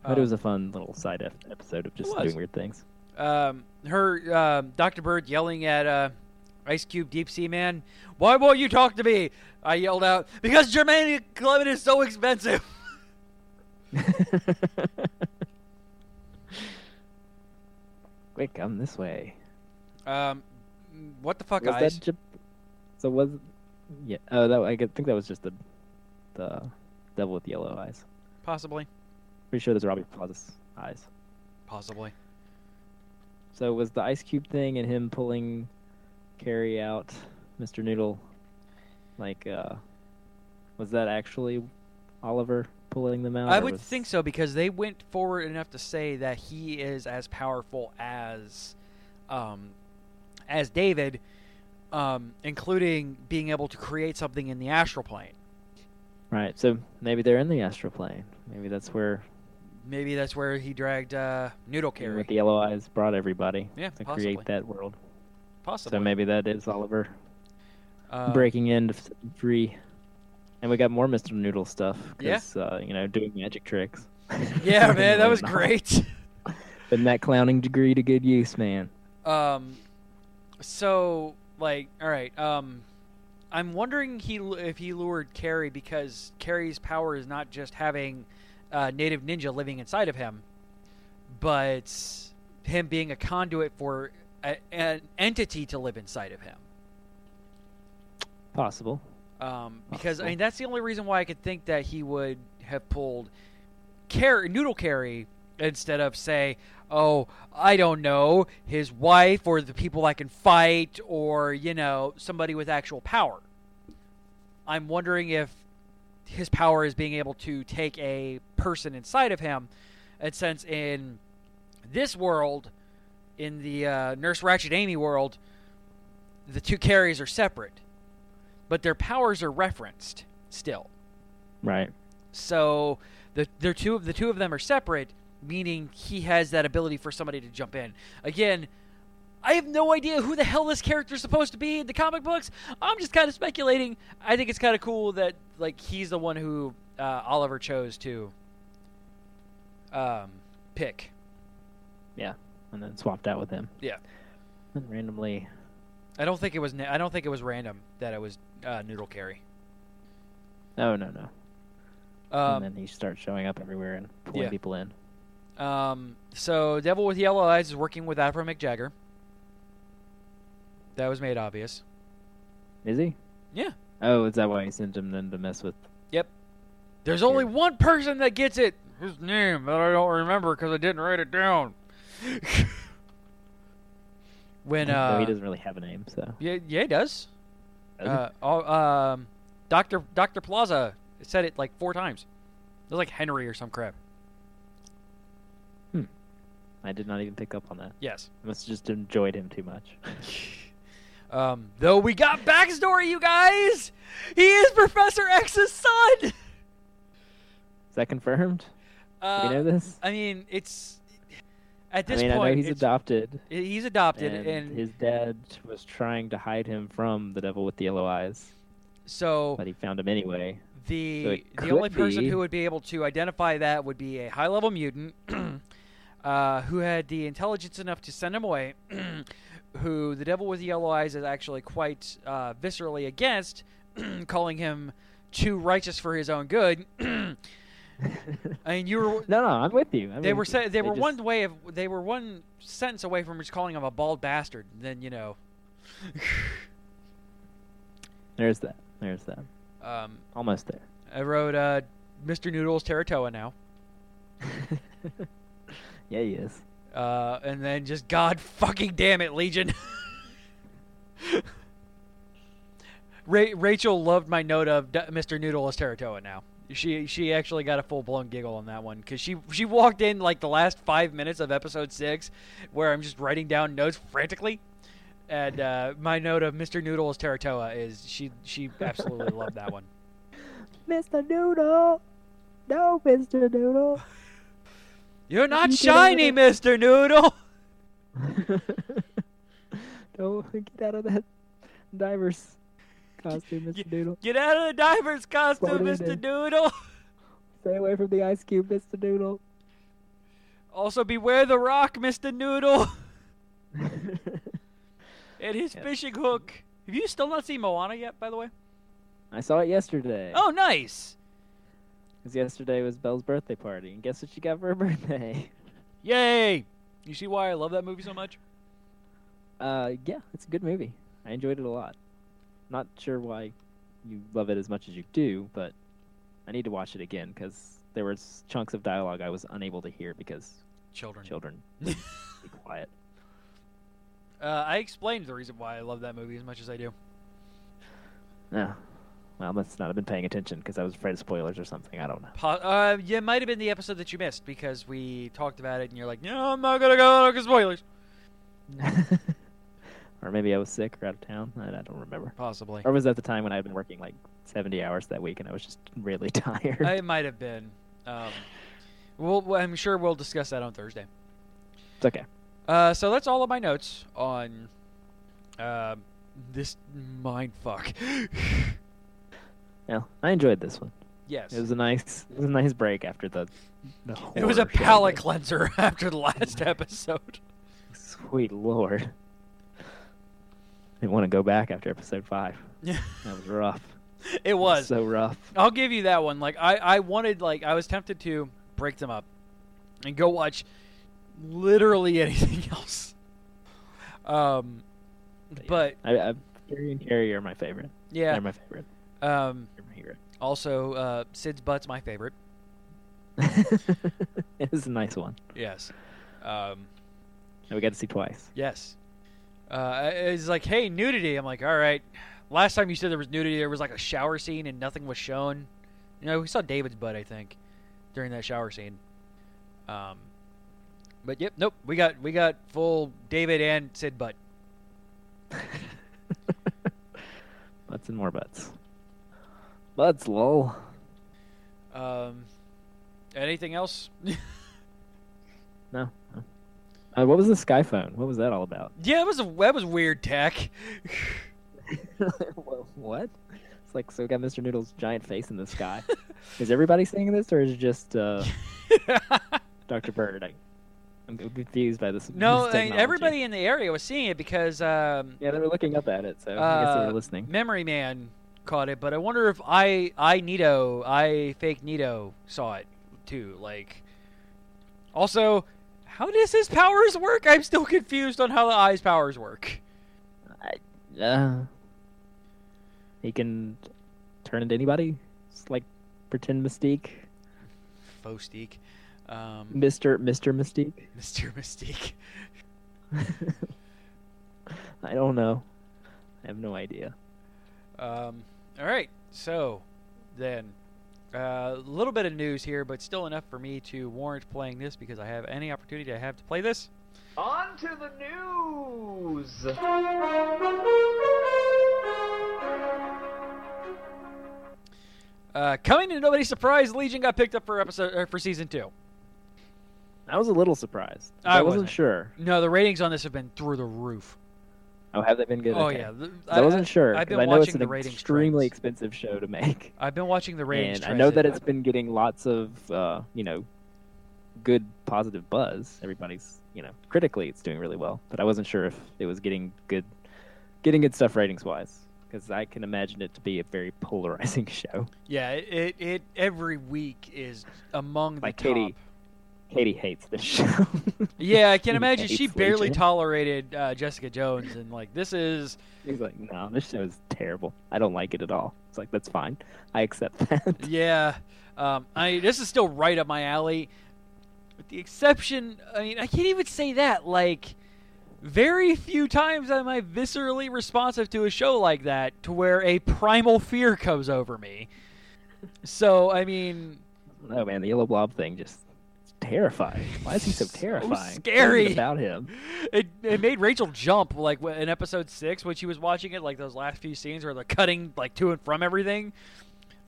S5: But it
S4: um,
S5: was a fun little side ep- episode of just
S4: was.
S5: doing weird things.
S4: um, her um, Dr. Bird yelling at uh, Ice Cube Deep Sea Man, "Why won't you talk to me?" I yelled out because Germanium Clement is so expensive.
S5: Quick, come this way.
S4: Um, what the fuck,
S5: Was
S4: Ice?
S5: that Jap- so was yeah? Oh, that I think that was just the the devil with yellow eyes.
S4: Possibly,
S5: Pretty sure those are Robbie Plaza's eyes.
S4: possibly.
S5: So was the ice cube thing and him pulling carry out Mr. Noodle like uh was that actually Oliver pulling them out?
S4: I
S5: or
S4: would
S5: was-
S4: think so because they went forward enough to say that he is as powerful as, um, as David, um, including being able to create something in the astral plane.
S5: Right. So maybe they're in the astral plane. Maybe that's where
S4: Maybe that's where he dragged uh, Noodle
S5: Carrie.
S4: Carry.
S5: with the yellow eyes brought everybody
S4: Yeah,
S5: to
S4: possibly.
S5: create that world.
S4: Possibly.
S5: So maybe that is Oliver
S4: Uh,
S5: breaking in to set them free. And we got more Mr. Noodle stuff
S4: Yeah.
S5: because uh, you know doing magic tricks.
S4: Yeah, man, that
S5: Really
S4: was
S5: not.
S4: great.
S5: Putting that clowning degree to good use, man.
S4: Um, so like, all right. Um, I'm wondering he lu- if he lured Carrie because Carrie's power is not just having uh, native ninja living inside of him, but him being a conduit for a, an entity to live inside of him.
S5: Possible.
S4: Um, because I
S5: Possible.
S4: mean that's the only reason why I could think that he would have pulled carry noodle carry instead of say, oh, I don't know, his wife or the people that can fight or you know somebody with actual power. I'm wondering if his power is being able to take a person inside of him, and since in this world, in the uh, Nurse Ratchet Amy world, the two carries are separate but their powers are referenced still.
S5: Right.
S4: So the they're two of the two of them are separate, meaning he has that ability for somebody to jump in. Again, I have no idea who the hell this character's supposed to be in the comic books. I'm just kind of speculating. I think it's kind of cool that like he's the one who uh, Oliver chose to um, pick.
S5: and then swapped out with him.
S4: Yeah.
S5: And randomly,
S4: I don't think it was. Na- I don't think it was random that it was uh, Noodle Carry.
S5: no, oh, no, no.
S4: Um,
S5: and then he starts showing up everywhere and pulling
S4: yeah.
S5: people in.
S4: Um, so Devil with Yellow Eyes is working with Afro McJagger. That was made obvious.
S5: Is he?
S4: Yeah.
S5: Oh, is that why he sent him then to mess with?
S4: There's only
S5: Yeah.
S4: one person that gets it. His name that I don't remember because I didn't write it down. when
S5: Though
S4: uh,
S5: he doesn't really have a name, so.
S4: yeah, yeah, he does.
S5: Does he?
S4: Uh, all, um, Doctor Doctor Plaza said it like four times. It was like Henry or some crap.
S5: I did not even pick up on that.
S4: Yes.
S5: I must have just enjoyed him too much.
S4: Um, though we got backstory, you guys. He is Professor X's son.
S5: Is that confirmed? Do
S4: Uh,
S5: we know this?
S4: I mean, it's at this
S5: I mean,
S4: point
S5: I know he's
S4: it's-
S5: adopted,
S4: he's adopted,
S5: and,
S4: and,
S5: his dad was trying to hide him from the devil with the yellow eyes,
S4: so
S5: but he found him anyway. so
S4: the
S5: it
S4: the only
S5: could
S4: person
S5: be-
S4: who would be able to identify that would be a high level mutant uh, who had the intelligence enough to send him away. who the devil with the yellow eyes is actually quite uh, viscerally against, calling him too righteous for his own good. I mean, you were
S5: No, no, I'm with you. I'm
S4: they
S5: with
S4: were
S5: you.
S4: say, they, were
S5: just-
S4: one way of they were one sentence away from just calling him a bald bastard. and Then you know,
S5: There's that. There's that.
S4: um,
S5: Almost there.
S4: I wrote uh, Mr. Noodles Teratoa now,
S5: yeah, he is.
S4: uh, and then just God fucking damn it, Legion. Ra- Rachel loved my note of D- Mr. Noodle is Teratoa now. She she actually got a full blown giggle on that one because she she walked in like the last five minutes of episode six, where I'm just writing down notes frantically, and uh, my note of Mr. Noodle is Teratoa is she she absolutely loved that one.
S5: Mr. Noodle! No, Mr. Noodle!
S4: You're not
S5: You get
S4: shiny,
S5: out
S4: Mr. Noodle.
S5: Don't get out of that diver's costume,
S4: Yeah.
S5: Mr. Noodle.
S4: Get out of the diver's costume,
S5: Floating
S4: Mr.
S5: in.
S4: Noodle.
S5: Stay away from the ice cube, Mr. Noodle.
S4: Also, beware the rock, Mr. Noodle, and his
S5: Yeah.
S4: fishing hook. Have you still not seen Moana yet, by the way?
S5: I saw it yesterday.
S4: Oh, nice.
S5: 'Cause yesterday was Belle's birthday party. And guess what she got for her birthday?
S4: Yay! You see why I love that movie so much?
S5: Uh, yeah, it's a good movie. I enjoyed it a lot. Not sure why you love it as much as you do, but I need to watch it again because there was chunks of dialogue I was unable to hear because
S4: Children.
S5: children be quiet.
S4: Uh, I explained the reason why I love that movie as much as I do.
S5: No. Well, I must not have been paying attention because I was afraid of spoilers or something. I don't know.
S4: Po- uh, yeah, it might have been the episode that you missed because we talked about it, and you're like, "No, I'm not gonna go because spoilers."
S5: or maybe I was sick or out of town. I, I don't remember.
S4: Possibly.
S5: Or was that the time when I had been working like 70 hours that week and I was just really tired?
S4: I might have been. Um, we'll, well, I'm sure we'll discuss that on Thursday.
S5: It's okay.
S4: Uh, so that's all of my notes on uh, this mind fuck.
S5: Well, I enjoyed this one.
S4: yes,
S5: It was a nice, it was a nice break after the. the
S4: It was a
S5: horror show.
S4: palate cleanser after the last episode.
S5: Sweet lord. I didn't want to go back after episode five.
S4: Yeah.
S5: That was rough.
S4: It was.
S5: so rough.
S4: I'll give you that one. Like I, I wanted, like I was tempted to break them up and go watch literally anything else. Um,
S5: But yeah.
S4: but
S5: I, I, Carrie and Carrie are my favorite.
S4: yeah.
S5: They're my favorite.
S4: Um,
S5: They're my hero.
S4: also, uh, Sid's butt's my favorite.
S5: it was a nice one.
S4: Yes. Um,
S5: that we got to see twice.
S4: yes. Uh, it's like, hey, nudity. I'm like, all right. Last time you said there was nudity, there was like a shower scene and nothing was shown. You know, we saw David's butt, I think, during that shower scene. Um, but yep, nope. We got we got full David and Sid butt.
S5: Butts and more butts. Butts, lol.
S4: Um, Anything else?
S5: No. no. Uh, what was the Skyphone? What was that all about?
S4: yeah, it was a that was weird tech.
S5: Wha- what? It's like so. We got Mr. Noodle's giant face in the sky. is everybody seeing this, or is it just uh, Dr. Bird? I'm confused by this. this
S4: no, I mean,
S5: technology.
S4: everybody in the area was seeing it because um,
S5: Yeah, they were looking up at it, so I guess they
S4: Uh,
S5: were listening.
S4: Memory Man caught it, but I wonder if I I Nito I fake Nito saw it too. Like, also, how does his powers work? I'm still confused on how the eyes powers work.
S5: Uh, he can turn into anybody. It's like pretend Mystique,
S4: Fostique, um,
S5: Mister Mister Mystique.
S4: Mister Mystique.
S5: I don't know. I have no idea.
S4: Um, all right, so then uh, a little bit of news here, but still enough for me to warrant playing this because I have any opportunity I have to play this.
S3: On to the news!
S4: Uh, coming to nobody's surprise, Legion got picked up for episode uh, for season two.
S5: I was a little surprised.
S4: I
S5: I, wasn't,
S4: wasn't.
S5: sure.
S4: No, the ratings on this have been through the roof.
S5: Oh, have they been good?
S4: oh
S5: Okay.
S4: yeah, The-
S5: 'Cause I, wasn't sure.
S4: I've
S5: 'cause
S4: been
S5: I know it's
S4: watching
S5: an
S4: the ratings
S5: extremely
S4: trends.
S5: expensive show to make,
S4: I've been watching the ratings.
S5: and I know
S4: trends.
S5: that it's been getting lots of, uh, you know, good positive buzz. Everybody's, you know, critically it's doing really well, but I wasn't sure if it was getting good, getting good stuff ratings wise, because I can imagine it to be a very polarizing show.
S4: yeah. It, it it every week is among the
S5: Like
S4: top.
S5: Katie, Katie hates this show.
S4: Yeah, I can
S5: Katie
S4: imagine
S5: hates
S4: she barely
S5: Legion.
S4: tolerated uh, Jessica Jones, and like this is
S5: He's like, no, this show is terrible. I don't like it at all. It's like that's fine. I accept that.
S4: Yeah, um, I this is still right up my alley. With the exception, I mean, I can't even say that. Like, very few times am I viscerally responsive to a show like that to where a primal fear comes over me. So I mean,
S5: No man, the yellow blob thing just it's terrifying. Why is he so
S4: So
S5: terrifying? What is it
S4: scary.
S5: about him.
S4: it it made Rachel jump like wh- in episode six when she was watching it. Like those last few scenes where they're cutting like to and from everything.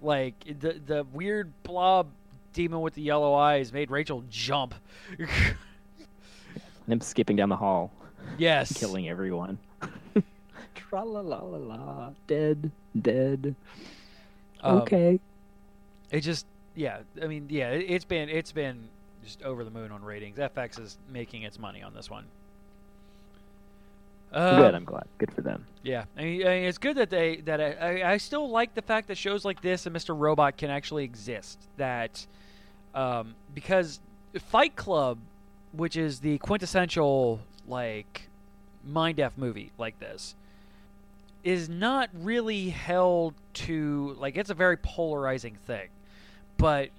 S4: Like the the weird blob demon with the yellow eyes made Rachel jump.
S5: And him skipping down the hall,
S4: yes,
S5: killing everyone. Tra la la la la. Dead. Dead.
S4: Um,
S5: okay.
S4: It just, yeah. I mean, yeah. it- It's been it's been just over the moon on ratings. FX is making its money on this one. Uh,
S5: Good. I'm glad. Good for them.
S4: Yeah, I mean, I mean, it's good that they that I, I, I still like the fact that shows like this and Mr. Robot can actually exist. That um, because Fight Club, which is the quintessential like mind f movie like this, is not really held to like it's a very polarizing thing, but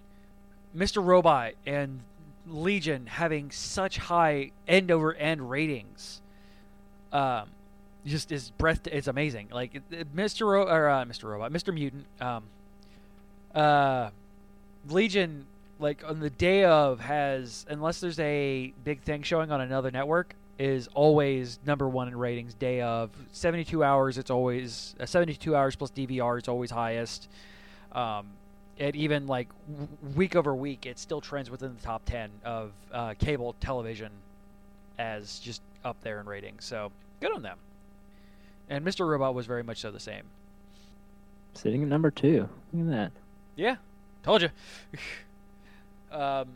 S4: Mr. Robot and Legion having such high end over end ratings. Um, just is breath. It's amazing. Like it- it- Mr. Ro- or uh, Mr. Robot, Mr. Mutant, um, uh, Legion. Like on the day of has unless there's a big thing showing on another network is always number one in ratings. Day of 72 hours, it's always uh, 72 hours plus DVR. It's always highest. Um, and even like w- week over week, it still trends within the top 10 of uh, cable television as just up there in ratings. So good on them. And Mr. Robot was very much so the same.
S5: Sitting at number two. Look at that.
S4: Yeah, told you. um,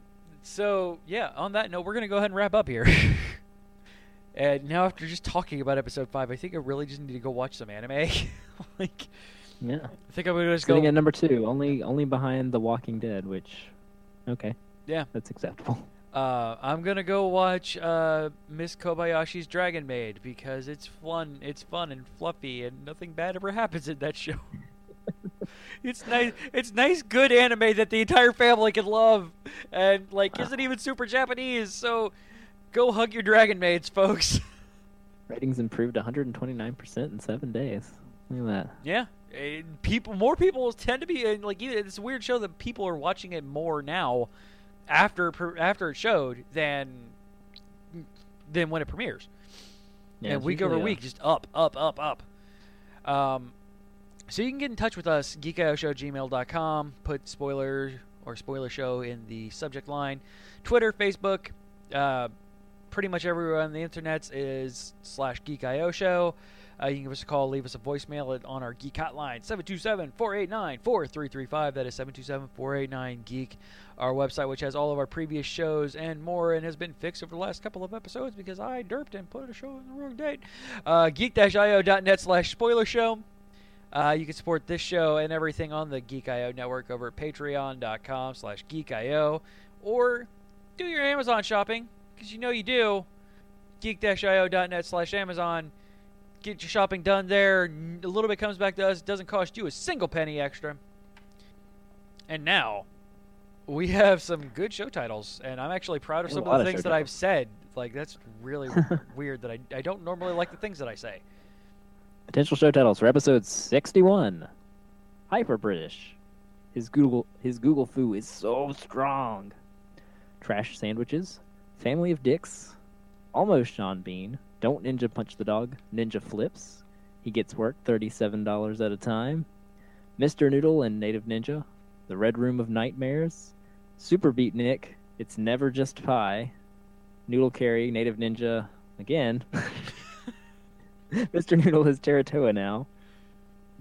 S4: so yeah, on that note, we're gonna go ahead and wrap up here. and now, after just talking about episode five, I think I really just need to go watch some anime. like,
S5: Yeah.
S4: I think I'm gonna just
S5: Sitting
S4: go.
S5: at number two, only only behind The Walking Dead, which, okay.
S4: Yeah.
S5: That's acceptable.
S4: Uh, I'm gonna go watch uh, Miss Kobayashi's Dragon Maid because it's fun. It's fun and fluffy, and nothing bad ever happens in that show. it's nice. It's nice, good anime that the entire family can love, and like isn't even super Japanese. So, go hug your dragon maids, folks.
S5: Ratings improved 129% in seven days. Look at that.
S4: yeah, and people. More people tend to be and like. even- It's a weird show that people are watching it more now, after pre- after it showed than than when it premieres. and
S5: it's
S4: week over
S5: usually, uh,
S4: week, just up, up, up, up. Um, so you can get in touch with us, geekioshowgmail.com, put spoiler or spoiler show in the subject line. Twitter, Facebook, uh, pretty much everywhere on the internet is slash geekio show. Uh, you can give us a call, leave us a voicemail at, on our geek hotline, 727 489 4335. That is 727 489 geek. Our website, which has all of our previous shows and more, and has been fixed over the last couple of episodes because I derped and put a show on the wrong date. Uh, geek io.net slash spoiler show. Uh, you can support this show and everything on the Geek.io network over at patreon.com slash geekio. Or do your Amazon shopping, because you know you do. geek-io.net slash Amazon. Get your shopping done there. N- A little bit comes back to us. It doesn't cost you a single penny extra. And now, we have some good show titles, and I'm actually proud of
S5: There's a
S4: some
S5: lot
S4: of the
S5: of
S4: things
S5: show
S4: that I've said. Like, that's really weird that I, I don't normally like the things that I say.
S5: Potential show titles for episode 61. Hyper British. His Google his Google foo is so strong. Trash sandwiches. Family of dicks. Almost Sean Bean. Don't ninja punch the dog. Ninja flips. He gets work thirty-seven dollars at a time. Mr. Noodle and Native Ninja. The Red Room of Nightmares. Super Beat Nick. It's never just pie. Noodle Carry. Native Ninja. Again. Mr. Noodle is Terratoa now.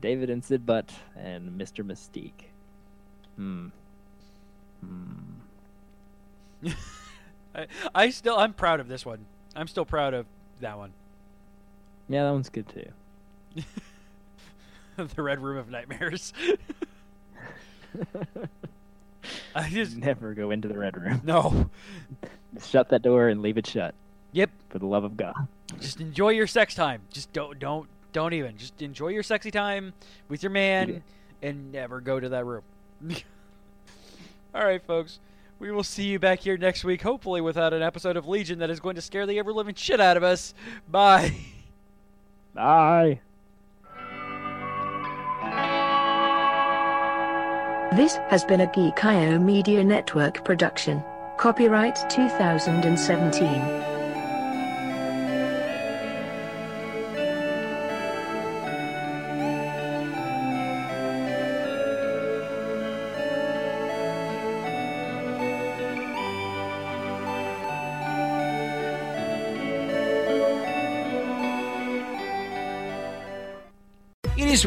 S5: David and Sid Butt and Mr. Mystique. Hmm. Hmm.
S4: I, I still, I'm proud of this one. I'm still proud of that one.
S5: Yeah, that one's good too.
S4: the Red Room of Nightmares. I just
S5: Never go into the red room.
S4: no.
S5: Shut that door and leave it shut.
S4: Yep.
S5: For the love of God.
S4: Just enjoy your sex time. Just don't don't don't even. Just enjoy your sexy time with your man and never go to that room. All right, folks. We will see you back here next week, hopefully without an episode of Legion that is going to scare the ever living shit out of us. Bye.
S5: Bye.
S6: This has been a Geek.io Media Network production. Copyright 2017.
S7: It is